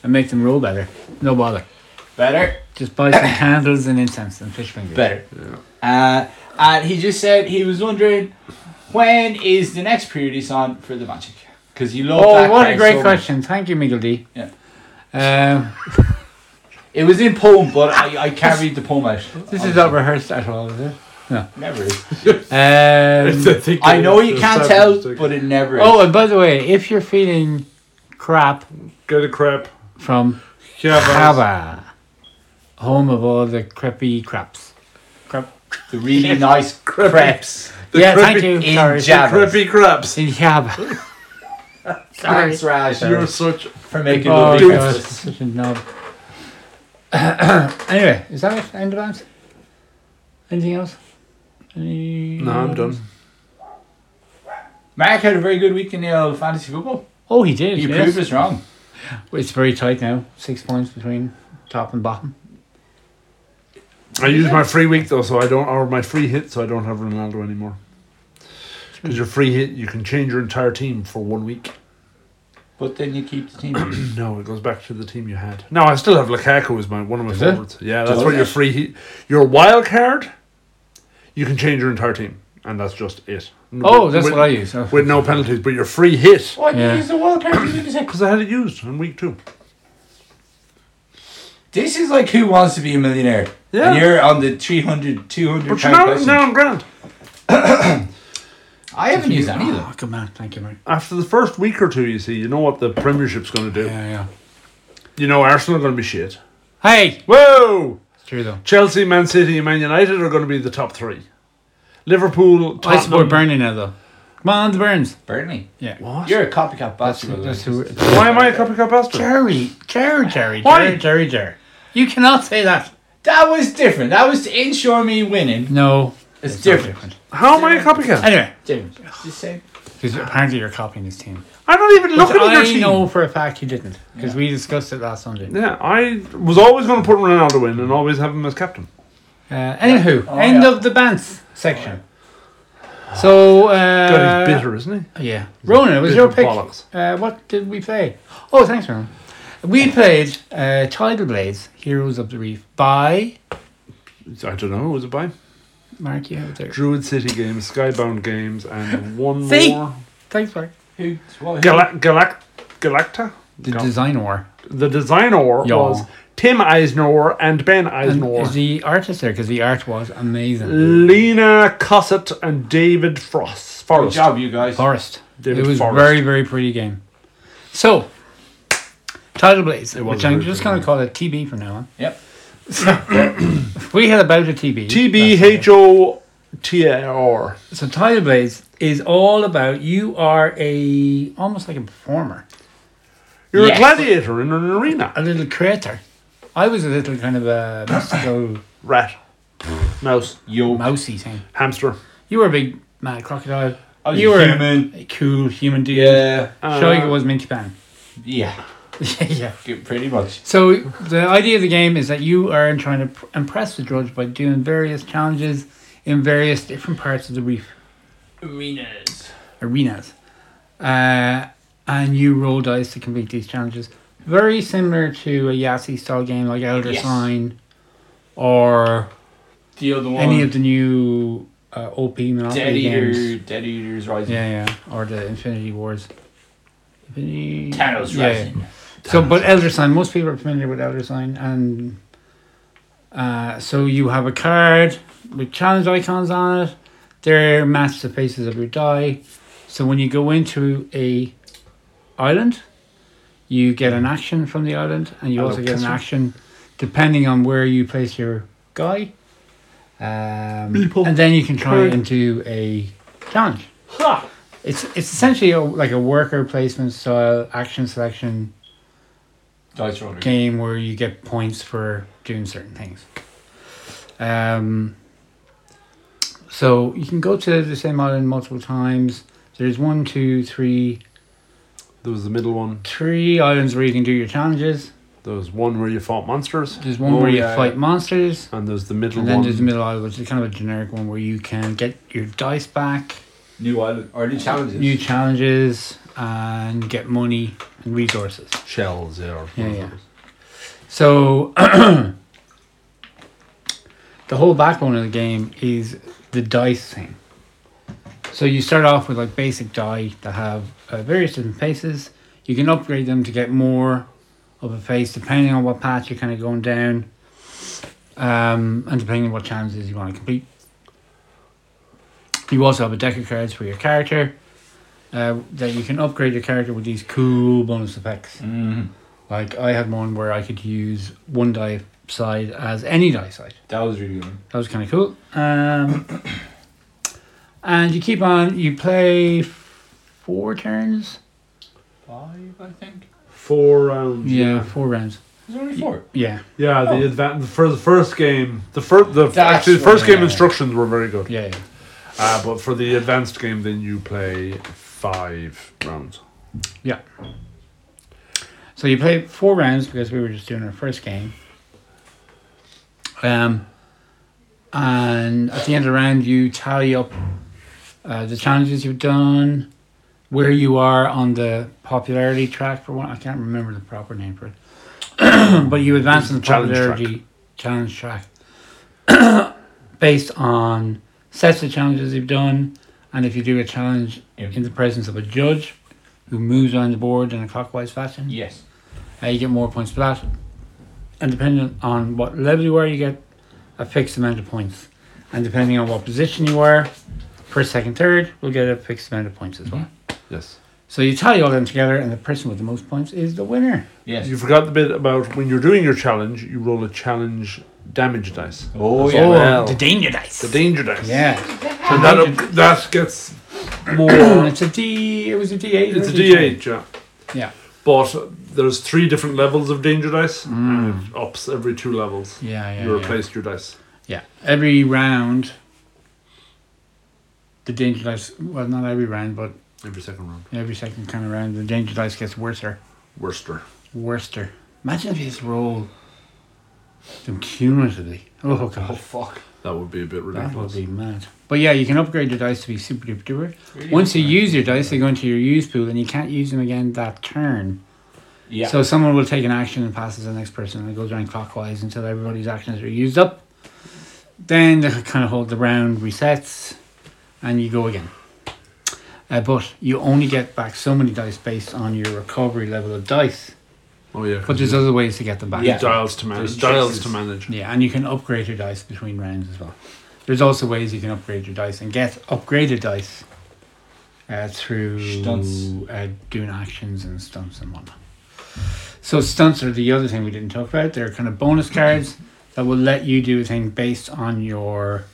[SPEAKER 2] and make them roll better, no bother.
[SPEAKER 3] Better,
[SPEAKER 2] Just buy some candles and incense and fish fingers.
[SPEAKER 3] better. Uh, and he just said he was wondering when is the next period on for the magic because you love.
[SPEAKER 2] Oh,
[SPEAKER 3] that
[SPEAKER 2] what
[SPEAKER 3] card
[SPEAKER 2] a great
[SPEAKER 3] so much.
[SPEAKER 2] question! Thank you, Miguel D.
[SPEAKER 3] Yeah.
[SPEAKER 2] Um,
[SPEAKER 3] It was in poem, but I, I can't read the poem out.
[SPEAKER 2] this is not rehearsed at all, is it?
[SPEAKER 3] never. Is.
[SPEAKER 2] Um,
[SPEAKER 1] think
[SPEAKER 3] I know
[SPEAKER 1] it's
[SPEAKER 3] you
[SPEAKER 1] a
[SPEAKER 3] can't
[SPEAKER 1] seven
[SPEAKER 3] tell,
[SPEAKER 1] mistake.
[SPEAKER 3] but it never. Is.
[SPEAKER 2] oh, and by the way, if you're feeling crap
[SPEAKER 1] get a crap.
[SPEAKER 2] from
[SPEAKER 1] Yeah, but-
[SPEAKER 2] Hava, home of all the crappy craps. Crap.
[SPEAKER 3] the really nice crepes
[SPEAKER 1] The
[SPEAKER 2] yeah,
[SPEAKER 1] crappy-
[SPEAKER 2] thank you.
[SPEAKER 3] in
[SPEAKER 2] Sorry.
[SPEAKER 3] Java.
[SPEAKER 1] Crappy craps.
[SPEAKER 2] In Java. Sorry.
[SPEAKER 3] Thanks, Raj,
[SPEAKER 1] You're such.
[SPEAKER 3] for making
[SPEAKER 2] Oh,
[SPEAKER 3] lovely
[SPEAKER 2] God,
[SPEAKER 3] breakfast.
[SPEAKER 2] such a knob. anyway, is that it? End of that? Anything else? Any...
[SPEAKER 1] No, I'm done.
[SPEAKER 3] Mark had a very good week in the fantasy football.
[SPEAKER 2] Oh, he did.
[SPEAKER 3] He
[SPEAKER 2] yes.
[SPEAKER 3] proved us wrong.
[SPEAKER 2] It's very tight now. Six points between top and bottom.
[SPEAKER 1] I used my free week though, so I don't, or my free hit, so I don't have Ronaldo anymore. Because your free hit, you can change your entire team for one week.
[SPEAKER 3] But then you keep the team.
[SPEAKER 1] No, it goes back to the team you had. No, I still have Lukaku as my one of my
[SPEAKER 2] it?
[SPEAKER 1] favorites. Yeah, that's
[SPEAKER 3] Does
[SPEAKER 1] what
[SPEAKER 3] it?
[SPEAKER 1] your free hit, your wild card. You can change your entire team, and that's just it.
[SPEAKER 2] Oh,
[SPEAKER 1] With-
[SPEAKER 2] that's
[SPEAKER 1] with,
[SPEAKER 2] what I use. Oh.
[SPEAKER 1] With no penalties, but your free hit
[SPEAKER 3] Why did
[SPEAKER 2] Yeah.
[SPEAKER 3] you use the wild card? this week, is it?
[SPEAKER 1] because I had it used in week two.
[SPEAKER 3] This is like who wants to be a millionaire.
[SPEAKER 1] Yeah.
[SPEAKER 3] And you're on the 300, 200
[SPEAKER 1] But
[SPEAKER 3] pound
[SPEAKER 1] now,
[SPEAKER 3] question.
[SPEAKER 1] now I'm grand.
[SPEAKER 3] I haven't used any of them.
[SPEAKER 2] Oh, good man. Thank you, Mary.
[SPEAKER 1] After the first week or two, you see, you know what the Premiership's going to do.
[SPEAKER 2] Yeah, yeah.
[SPEAKER 1] You know Arsenal are going to be shit.
[SPEAKER 2] Hey!
[SPEAKER 1] Whoa!
[SPEAKER 2] It's true, though.
[SPEAKER 1] Chelsea, Man City, and Man United are going to be the top three. Liverpool,
[SPEAKER 2] I support
[SPEAKER 1] Tottenham.
[SPEAKER 2] Burnley now, though. Come on, the Burns.
[SPEAKER 3] Burnley.
[SPEAKER 2] Yeah.
[SPEAKER 1] What?
[SPEAKER 3] You're a copycat
[SPEAKER 2] That's,
[SPEAKER 3] bastard. by the way.
[SPEAKER 2] that's who.
[SPEAKER 1] Why am I a copycat bastard?
[SPEAKER 2] Jerry, Jerry, Jerry,
[SPEAKER 1] Why?
[SPEAKER 2] Jerry, Jerry, Jerry. You cannot say that.
[SPEAKER 3] That was different. That was to ensure me winning.
[SPEAKER 2] No.
[SPEAKER 3] It's,
[SPEAKER 2] not
[SPEAKER 3] different.
[SPEAKER 1] How am I a copycat?
[SPEAKER 2] Anyway,
[SPEAKER 3] different. It's the same.
[SPEAKER 2] because apparently you're copying his team.
[SPEAKER 1] I'm not even
[SPEAKER 2] Look
[SPEAKER 1] looking at your
[SPEAKER 2] I
[SPEAKER 1] team.
[SPEAKER 2] know for a fact you didn't, because we discussed it last Sunday.
[SPEAKER 1] Yeah, I was always going to put Ronaldo in and always have him as captain.
[SPEAKER 2] Uh, anywho,
[SPEAKER 3] Oh,
[SPEAKER 2] end
[SPEAKER 3] yeah.
[SPEAKER 2] of the bants section. Oh, So,
[SPEAKER 1] God,
[SPEAKER 2] uh,
[SPEAKER 1] he's bitter, isn't he?
[SPEAKER 2] yeah, Ronan, it was
[SPEAKER 1] bitter
[SPEAKER 2] your pick.
[SPEAKER 1] bollocks.
[SPEAKER 2] Uh, what did we play? Oh, thanks, Ronan. We played uh, Tidal Blades, Heroes of the Reef by
[SPEAKER 1] I don't know. Was it by
[SPEAKER 2] Mark. You out there?
[SPEAKER 1] Druid City Games, Skybound Games, and one
[SPEAKER 2] See?
[SPEAKER 1] more
[SPEAKER 2] Thanks, Mark.
[SPEAKER 3] Who? What?
[SPEAKER 1] Galac Galac Galacta.
[SPEAKER 2] The
[SPEAKER 1] Gal-
[SPEAKER 2] designer
[SPEAKER 1] the designer
[SPEAKER 2] Yeah.
[SPEAKER 1] was Tim Eisner and Ben
[SPEAKER 2] and
[SPEAKER 1] Eisner.
[SPEAKER 2] is the artist there because the art was amazing.
[SPEAKER 1] Lena Cossett and David Frost.
[SPEAKER 3] Good
[SPEAKER 1] Forrest.
[SPEAKER 3] job, you guys.
[SPEAKER 2] Forest.
[SPEAKER 1] David
[SPEAKER 2] it was
[SPEAKER 1] Forrest.
[SPEAKER 2] very, very pretty game. So, Tidal Blades,
[SPEAKER 1] was
[SPEAKER 2] which
[SPEAKER 1] a
[SPEAKER 2] I'm
[SPEAKER 1] very
[SPEAKER 2] just
[SPEAKER 1] pretty
[SPEAKER 2] going to call it TB from now on.
[SPEAKER 3] Yep.
[SPEAKER 2] We had about a TB.
[SPEAKER 1] T B H O T A R.
[SPEAKER 2] So Tidal Blades is all about you are a almost like a performer,
[SPEAKER 1] You're
[SPEAKER 3] Yes.
[SPEAKER 1] a gladiator in an arena.
[SPEAKER 2] a little creator. I was a little kind of a mystical
[SPEAKER 1] Rat, mouse,
[SPEAKER 3] Yo.
[SPEAKER 2] mousy thing.
[SPEAKER 1] hamster.
[SPEAKER 2] You were a big mad crocodile.
[SPEAKER 3] I was
[SPEAKER 2] you were
[SPEAKER 3] human.
[SPEAKER 2] a cool human dude.
[SPEAKER 3] Yeah.
[SPEAKER 2] Shoiga was Minky Pan.
[SPEAKER 3] Yeah.
[SPEAKER 2] yeah, yeah.
[SPEAKER 3] Good- Pretty much.
[SPEAKER 2] So the idea of the game is that you are trying to pr- impress the judge by doing various challenges in various different parts of the reef
[SPEAKER 3] Arenas.
[SPEAKER 2] arenas, uh, and you roll dice to complete these challenges. Very similar to a Yahtzee style game like Elder
[SPEAKER 3] Yes.
[SPEAKER 2] Sign, or
[SPEAKER 3] The other one.
[SPEAKER 2] any of the new uh, OP Monopoly
[SPEAKER 3] Dead
[SPEAKER 2] games.
[SPEAKER 3] Eater. Dead Eater's Rising.
[SPEAKER 2] Yeah, yeah, or the Infinity Wars. Infinity.
[SPEAKER 3] Thanos
[SPEAKER 2] Yeah, yeah.
[SPEAKER 3] Rising.
[SPEAKER 2] So, but Elder Sign, most people are familiar with Elder Sign, and uh, so you have a card with challenge icons on it. They're match the faces of your die. So when you go into a island, you get an action from the island, and you
[SPEAKER 1] Hello,
[SPEAKER 2] also get an
[SPEAKER 1] Kessler.
[SPEAKER 2] action depending on where you place your guy. Um,
[SPEAKER 1] Meeple.
[SPEAKER 2] and then you can try
[SPEAKER 1] Card.
[SPEAKER 2] and do a challenge.
[SPEAKER 1] Ha!
[SPEAKER 2] It's it's essentially a, like a worker placement style action selection
[SPEAKER 3] Dice Roller.
[SPEAKER 2] game where you get points for doing certain things. Um, so you can go to the same island multiple times. There's one, two, three,
[SPEAKER 1] There was the middle one.
[SPEAKER 2] three islands where you can do your challenges.
[SPEAKER 1] There was one where you fought monsters,
[SPEAKER 2] There's one
[SPEAKER 3] Oh,
[SPEAKER 2] where you
[SPEAKER 3] yeah,
[SPEAKER 2] fight
[SPEAKER 3] yeah.
[SPEAKER 2] monsters,
[SPEAKER 1] and there's the middle
[SPEAKER 2] and then
[SPEAKER 1] one.
[SPEAKER 2] there's the middle island, which is kind of a generic one where you can get your dice back,
[SPEAKER 3] New Island. Or new challenges.
[SPEAKER 2] new challenges, and get money and resources.
[SPEAKER 1] shells, yeah. or
[SPEAKER 2] Yeah,
[SPEAKER 1] whatever
[SPEAKER 2] yeah.
[SPEAKER 1] it was.
[SPEAKER 2] So the whole backbone of the game is the dice thing. So you start off with like basic die that have uh, various different faces. You can upgrade them to get more of a face depending on what path you're kind of going down, um, and depending on what challenges you want to complete. You also have a deck of cards for your character uh, that you can upgrade your character with these cool bonus effects.
[SPEAKER 3] Mm,
[SPEAKER 2] Like I had one where I could use one die side as any die side.
[SPEAKER 3] that was really good.
[SPEAKER 2] That was kind of cool. Um, and you keep on. You play f- four turns.
[SPEAKER 3] Five, I think.
[SPEAKER 1] Four rounds.
[SPEAKER 2] Yeah, four rounds.
[SPEAKER 3] There's only four.
[SPEAKER 2] Yeah,
[SPEAKER 1] Yeah,
[SPEAKER 3] Oh.
[SPEAKER 1] the advan for the first game, the first the
[SPEAKER 3] That's
[SPEAKER 1] actually the first
[SPEAKER 3] what-
[SPEAKER 1] game
[SPEAKER 3] yeah.
[SPEAKER 1] instructions were very good.
[SPEAKER 2] yeah, yeah.
[SPEAKER 1] Uh, but for the advanced game, then you play five rounds.
[SPEAKER 2] yeah. So you play four rounds because we were just doing our first game. Um, and at the end of the round, you tally up uh, the challenges you've done, where you are on the popularity track for one. I can't remember the proper name for it, but you advance on the
[SPEAKER 1] Challenge track.
[SPEAKER 2] popularity challenge track based on sets of challenges you've done, and if you do a challenge
[SPEAKER 3] Yeah.
[SPEAKER 2] in the presence of a judge who moves around the board in a clockwise fashion,
[SPEAKER 3] Yes.
[SPEAKER 2] uh, you get more points for that. And depending on what level you are, you get a fixed amount of points. And depending on what position you are, first, second, third, will get a fixed amount of points as
[SPEAKER 1] Mm-hmm.
[SPEAKER 2] well.
[SPEAKER 1] Yes.
[SPEAKER 2] So you tally all them together, and the person with the most points is the winner.
[SPEAKER 3] Yes.
[SPEAKER 1] You forgot the bit about when you're doing your challenge, you roll a challenge damage dice.
[SPEAKER 3] oh
[SPEAKER 1] Oh,
[SPEAKER 3] yeah.
[SPEAKER 1] well.
[SPEAKER 2] the danger dice.
[SPEAKER 1] The danger dice.
[SPEAKER 2] yeah,
[SPEAKER 1] And that, that gets
[SPEAKER 2] and
[SPEAKER 1] more.
[SPEAKER 2] it's a D. It was a D eight.
[SPEAKER 1] it's a D8, yeah.
[SPEAKER 2] Yeah,
[SPEAKER 1] But there's three different levels of danger dice, and
[SPEAKER 2] Mm.
[SPEAKER 1] it ups every two levels.
[SPEAKER 2] yeah, yeah.
[SPEAKER 1] you
[SPEAKER 2] yeah.
[SPEAKER 1] replace your dice.
[SPEAKER 2] Yeah. Every round, the danger dice, well, not every round, but
[SPEAKER 1] Every second round.
[SPEAKER 2] every second kind of round, the danger dice gets worser.
[SPEAKER 1] Worcester.
[SPEAKER 2] Worcester. Imagine if you just roll them cumulatively. Oh, God.
[SPEAKER 3] fuck.
[SPEAKER 1] That would be a bit
[SPEAKER 2] That would
[SPEAKER 1] ridiculous.
[SPEAKER 2] be mad. But yeah, you can upgrade your dice to be super duper duper.
[SPEAKER 3] Really?
[SPEAKER 2] Once you use your dice, they go into your use pool and you can't use them again that turn.
[SPEAKER 3] Yeah.
[SPEAKER 2] So someone will take an action and passes the next person and it goes around clockwise until everybody's actions are used up. Then they kind of hold the round resets and you go again. Uh, but you only get back so many dice based on your recovery level of dice.
[SPEAKER 1] oh, yeah.
[SPEAKER 2] But there's other ways to get them back.
[SPEAKER 3] Yeah.
[SPEAKER 1] dials to
[SPEAKER 3] There's
[SPEAKER 1] manage. Dials
[SPEAKER 3] choices.
[SPEAKER 1] to manage.
[SPEAKER 2] Yeah, and you can upgrade your dice between rounds as well. There's also ways you can upgrade your dice and get upgraded dice uh, through
[SPEAKER 3] Stunts.
[SPEAKER 2] Uh, doing actions and stunts and whatnot. So stunts are the other thing we didn't talk about. They're kind of bonus cards that will let you do a thing based on your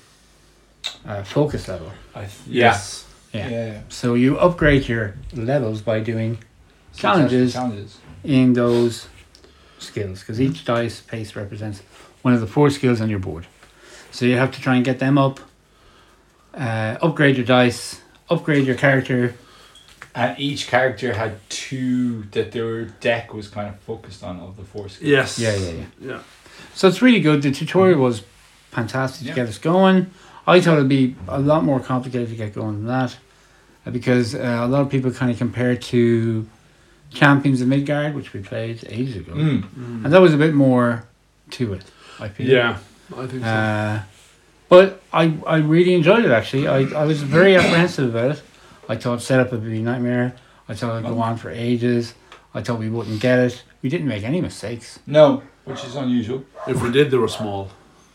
[SPEAKER 2] uh, focus level.
[SPEAKER 3] I th-
[SPEAKER 1] Yes.
[SPEAKER 3] Yeah.
[SPEAKER 2] Yeah.
[SPEAKER 3] yeah.
[SPEAKER 2] So you upgrade your levels by doing Challenges.
[SPEAKER 3] Challenges.
[SPEAKER 2] in those skills because each dice pace represents one of the four skills on your board. So you have to try and get them up, uh, upgrade your dice, upgrade your character.
[SPEAKER 3] And each character had two that their deck was kind of focused on of the four skills.
[SPEAKER 1] Yes.
[SPEAKER 2] Yeah, yeah, yeah.
[SPEAKER 1] Yeah.
[SPEAKER 2] So it's really good. The tutorial was fantastic to
[SPEAKER 3] Yeah.
[SPEAKER 2] get us going. I thought it'd be a lot more complicated to get going than that uh, because uh, a lot of people kind of compare to Champions of Midgard, which we played ages ago.
[SPEAKER 3] Mm.
[SPEAKER 2] And that was a bit more to it, I feel.
[SPEAKER 1] Yeah. I think so.
[SPEAKER 2] Uh, but I, I really enjoyed it actually. I, I was very apprehensive about it. I thought setup would be a nightmare. I thought it'd go on for ages. I thought we wouldn't get it. We didn't make any mistakes.
[SPEAKER 3] No, which is unusual.
[SPEAKER 1] if we did, they were small.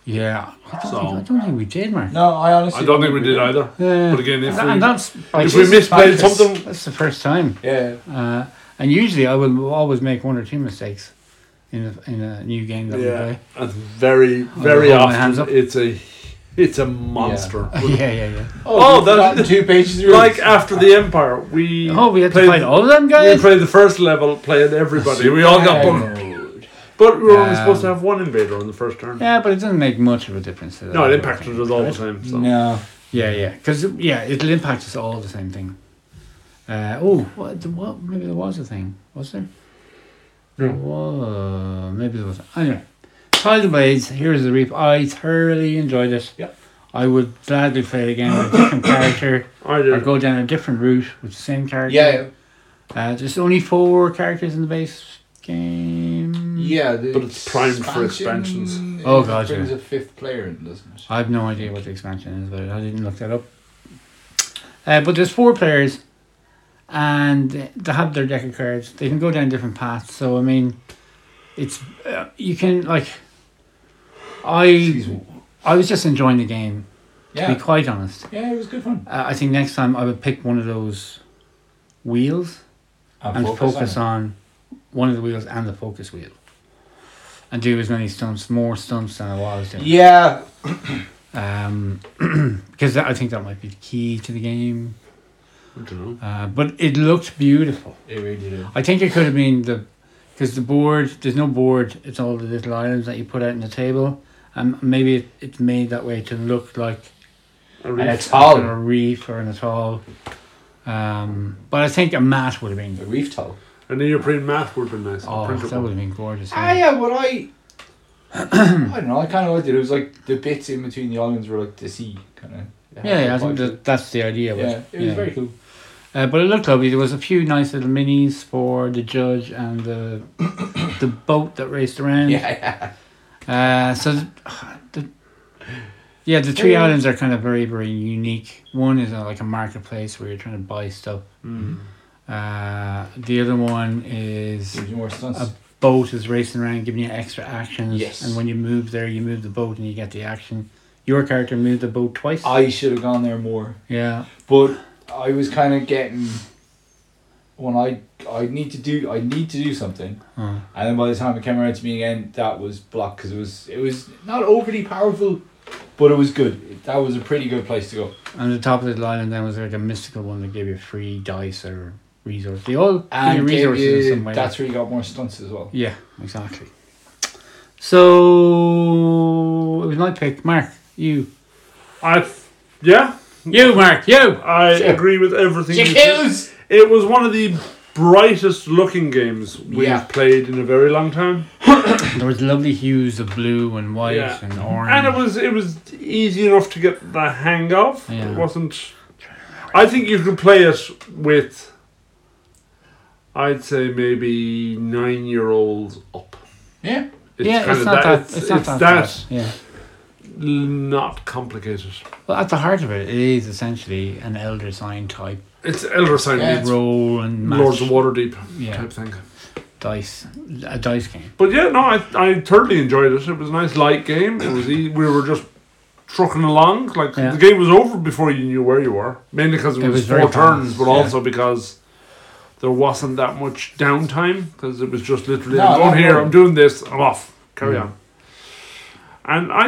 [SPEAKER 2] Yeah. I don't, think,
[SPEAKER 1] So-
[SPEAKER 2] I don't think we did, Mark. Uh,
[SPEAKER 3] No, I honestly.
[SPEAKER 1] I don't think we did either.
[SPEAKER 2] Yeah.
[SPEAKER 1] But again, if
[SPEAKER 2] and, that-
[SPEAKER 1] we-
[SPEAKER 2] and that's, by
[SPEAKER 1] If we
[SPEAKER 2] just-
[SPEAKER 1] misplayed
[SPEAKER 3] focus.
[SPEAKER 1] something,
[SPEAKER 2] that's the first time.
[SPEAKER 3] Yeah.
[SPEAKER 2] Uh, and usually I will always make one or two mistakes in a, in a new game that
[SPEAKER 1] yeah, and very, very
[SPEAKER 2] hold my hands up.
[SPEAKER 1] often it's a it's a monster.
[SPEAKER 2] we play. yeah, yeah, yeah.
[SPEAKER 1] Oh,
[SPEAKER 3] you've
[SPEAKER 1] that's-
[SPEAKER 3] forgotten two pages. of
[SPEAKER 1] Like
[SPEAKER 3] rules.
[SPEAKER 1] after the Empire, we
[SPEAKER 2] Oh, we had to
[SPEAKER 1] played-
[SPEAKER 2] fight all of them
[SPEAKER 1] we
[SPEAKER 2] guys?
[SPEAKER 1] played the first level, playing everybody. We all got buggered, but we were only supposed to have one invader on the first turn.
[SPEAKER 2] Yeah, but it doesn't make much of a difference. to
[SPEAKER 1] No,
[SPEAKER 2] that.
[SPEAKER 1] it impacted us all the same. So.
[SPEAKER 3] No.
[SPEAKER 2] Yeah, yeah, because yeah, it'll impact us all the same thing. Uh, oh, what, the- what? Maybe there was a thing, was there?
[SPEAKER 1] No.
[SPEAKER 2] Whoa, maybe there was. Anyway, Tidal Blades. Here is the reap. I thoroughly enjoyed it.
[SPEAKER 3] Yep.
[SPEAKER 2] I would gladly play it again with a different character
[SPEAKER 1] I
[SPEAKER 2] or
[SPEAKER 1] did.
[SPEAKER 2] go down a different route with the same character.
[SPEAKER 3] Yeah.
[SPEAKER 2] Uh, there's only four characters in the base game.
[SPEAKER 3] Yeah. The
[SPEAKER 1] But it's primed for expansions.
[SPEAKER 3] expansion,
[SPEAKER 2] Oh,
[SPEAKER 3] it
[SPEAKER 2] God,
[SPEAKER 3] Brings
[SPEAKER 2] yeah.
[SPEAKER 3] a fifth player in, doesn't it?
[SPEAKER 2] I have no idea what the expansion is, but I didn't look that up. Uh, but there's four players, and they have their deck of cards. They can go down different paths. So I mean, it's uh, you can like.
[SPEAKER 3] Excuse
[SPEAKER 2] I
[SPEAKER 3] me.
[SPEAKER 2] I was just enjoying the game. To
[SPEAKER 3] Yeah.
[SPEAKER 2] be quite honest,
[SPEAKER 3] Yeah, it was good fun.
[SPEAKER 2] uh, I think next time I would pick one of those wheels and focus, on, one of the wheels and the focus wheel, and do as many stunts, more stunts than I was doing.
[SPEAKER 3] Yeah.
[SPEAKER 2] um, because that, I think that might be the key to the game.
[SPEAKER 1] I don't know.
[SPEAKER 2] Uh, but it looked beautiful.
[SPEAKER 3] It really did.
[SPEAKER 2] I think it could have been the because Because the board, there's no board. It's all the little items that you put out on the table, and maybe it, it's made that way to look like
[SPEAKER 1] A
[SPEAKER 3] And
[SPEAKER 1] reef.
[SPEAKER 3] it's all
[SPEAKER 2] a reef or an atoll. Um, but I think a mat would have been.
[SPEAKER 3] a reef towel.
[SPEAKER 1] An neoprene mat would have been nice. a
[SPEAKER 2] Oh,
[SPEAKER 1] printed
[SPEAKER 2] that
[SPEAKER 1] one.
[SPEAKER 2] would have been gorgeous.
[SPEAKER 3] Ah,
[SPEAKER 2] yeah.
[SPEAKER 3] yeah, but I. I don't know. I kind of liked it. It was like the bits in between the islands were like the sea kind
[SPEAKER 1] uh,
[SPEAKER 3] of.
[SPEAKER 2] Yeah, yeah, I think that, that's the idea.
[SPEAKER 3] Yeah, it was
[SPEAKER 2] yeah.
[SPEAKER 3] very cool.
[SPEAKER 2] Uh, but it looked lovely. There was a few nice little minis for the judge and the the boat that raced around.
[SPEAKER 3] Yeah, yeah.
[SPEAKER 2] Uh, so the, the yeah, the three islands are kind of very very unique. One is uh, like a marketplace where you're trying to buy stuff.
[SPEAKER 1] Mm.
[SPEAKER 2] Uh, the other one is
[SPEAKER 3] Gives you more stunts.
[SPEAKER 2] a boat is racing around giving you extra actions.
[SPEAKER 3] Yes.
[SPEAKER 2] And when you move there, you move the boat and you get the action. Your character moved the boat twice.
[SPEAKER 3] I should have gone there more,
[SPEAKER 2] yeah.
[SPEAKER 3] but I was kind of getting when I I need to do I need to do something,
[SPEAKER 2] Uh,
[SPEAKER 3] and then by the time it came around to me again, that was blocked because it was it was not overly powerful, but it was good. That was a pretty good place to go.
[SPEAKER 2] and the top of the island then was like a mystical one that gave you free dice or resource. They all give you
[SPEAKER 3] And gave
[SPEAKER 2] resources in
[SPEAKER 3] you-
[SPEAKER 2] some way.
[SPEAKER 3] that's where you got more stunts as well.
[SPEAKER 2] Yeah, exactly. So it was my pick, Mark. You,
[SPEAKER 1] I, f- yeah,
[SPEAKER 2] you, Mark, you.
[SPEAKER 1] I
[SPEAKER 3] Sure.
[SPEAKER 1] agree with everything. you said.
[SPEAKER 3] Chickens!
[SPEAKER 1] It was one of the brightest looking games we've
[SPEAKER 3] Yeah.
[SPEAKER 1] played in a very long time.
[SPEAKER 2] There was lovely hues of blue and white
[SPEAKER 1] Yeah.
[SPEAKER 2] and orange.
[SPEAKER 1] And it was it was easy enough to get the hang of.
[SPEAKER 2] Yeah.
[SPEAKER 1] It wasn't I think you could play it with I'd say maybe nine year olds up.
[SPEAKER 3] Yeah,
[SPEAKER 2] yeah,
[SPEAKER 1] kinda
[SPEAKER 2] it's not that.
[SPEAKER 1] it's,
[SPEAKER 2] It's, not
[SPEAKER 1] it's
[SPEAKER 2] that.
[SPEAKER 1] that,
[SPEAKER 2] bad. Yeah.
[SPEAKER 1] not complicated.
[SPEAKER 2] Well, at the heart of it, it is essentially an elder sign type
[SPEAKER 1] It's Elder Sign
[SPEAKER 3] Yeah. It's
[SPEAKER 2] roll and match
[SPEAKER 1] Lords of Waterdeep
[SPEAKER 2] Yeah.
[SPEAKER 1] type thing.
[SPEAKER 2] dice, a dice game.
[SPEAKER 1] But yeah, no, I, I thoroughly enjoyed it. It was a nice light game. It was e we were just trucking along. Like
[SPEAKER 2] Yeah.
[SPEAKER 1] the game was over before you knew where you were. Mainly because it,
[SPEAKER 2] It
[SPEAKER 1] was,
[SPEAKER 2] was
[SPEAKER 1] four
[SPEAKER 2] very
[SPEAKER 1] turns,
[SPEAKER 2] balanced,
[SPEAKER 1] but
[SPEAKER 2] yeah.
[SPEAKER 1] also because there wasn't that much downtime because it was just literally
[SPEAKER 3] No,
[SPEAKER 1] I'm
[SPEAKER 3] no,
[SPEAKER 1] going here,
[SPEAKER 3] no.
[SPEAKER 1] I'm doing this, I'm off. Carry
[SPEAKER 2] Mm.
[SPEAKER 1] on. And I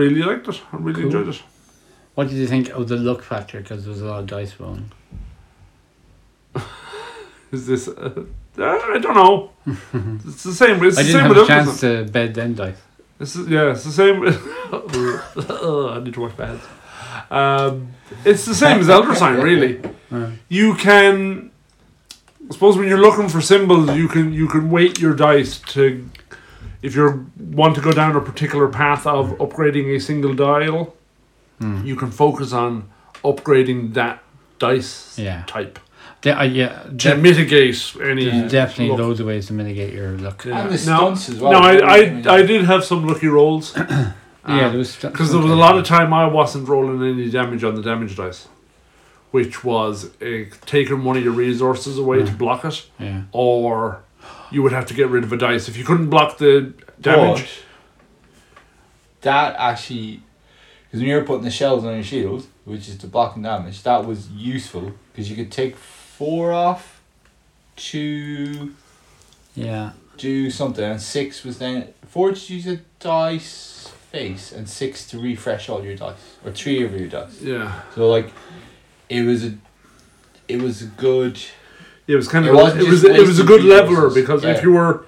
[SPEAKER 1] really liked it. I really
[SPEAKER 2] Cool.
[SPEAKER 1] enjoyed it.
[SPEAKER 2] What did you think of the luck factor? Because there was a lot of dice rolling.
[SPEAKER 1] Is this? Uh, uh, I don't know. it's the same. It's
[SPEAKER 2] I
[SPEAKER 1] the same
[SPEAKER 2] didn't have
[SPEAKER 1] with
[SPEAKER 2] a
[SPEAKER 1] everything.
[SPEAKER 2] chance to bed then dice.
[SPEAKER 1] This is yeah, it's the same. I need to wash my hands. Um, it's the same as Elder Sign, really.
[SPEAKER 2] Right.
[SPEAKER 1] You can, I suppose, when you're looking for symbols, you can you can weight your dice to, if you want to go down a particular path of upgrading a single dial,
[SPEAKER 2] Hmm.
[SPEAKER 1] you can focus on upgrading that dice
[SPEAKER 2] Yeah.
[SPEAKER 1] type
[SPEAKER 2] De- uh, yeah.
[SPEAKER 1] to
[SPEAKER 2] De-
[SPEAKER 1] mitigate any.
[SPEAKER 3] Yeah.
[SPEAKER 2] definitely
[SPEAKER 1] Luck.
[SPEAKER 2] loads of ways to mitigate your luck.
[SPEAKER 1] Yeah.
[SPEAKER 3] and the
[SPEAKER 1] No,
[SPEAKER 3] stunts as well.
[SPEAKER 1] no, I, I I did have some lucky rolls.
[SPEAKER 2] yeah, there was stu-
[SPEAKER 1] Because Uh, there was a lot of time I wasn't rolling any damage on the damage dice, which was uh, taking one of your resources away
[SPEAKER 3] Mm.
[SPEAKER 1] to block it,
[SPEAKER 2] Yeah.
[SPEAKER 1] or you would have to get rid of a dice if you couldn't block the damage.
[SPEAKER 3] But that actually, because when you were putting the shells on your shield, which is to block and damage, that was useful because you could take four off to
[SPEAKER 2] Yeah.
[SPEAKER 3] do something, and six was then four to use a dice face, and six to refresh all your dice or three of your dice.
[SPEAKER 1] Yeah,
[SPEAKER 3] So like, it was a, it was a good.
[SPEAKER 1] yeah, it was kind
[SPEAKER 3] It
[SPEAKER 1] of
[SPEAKER 3] wasn't
[SPEAKER 1] it, was
[SPEAKER 3] just
[SPEAKER 1] it was a
[SPEAKER 3] wasting
[SPEAKER 1] good
[SPEAKER 3] resources,
[SPEAKER 1] leveler because if
[SPEAKER 3] yeah.
[SPEAKER 1] you were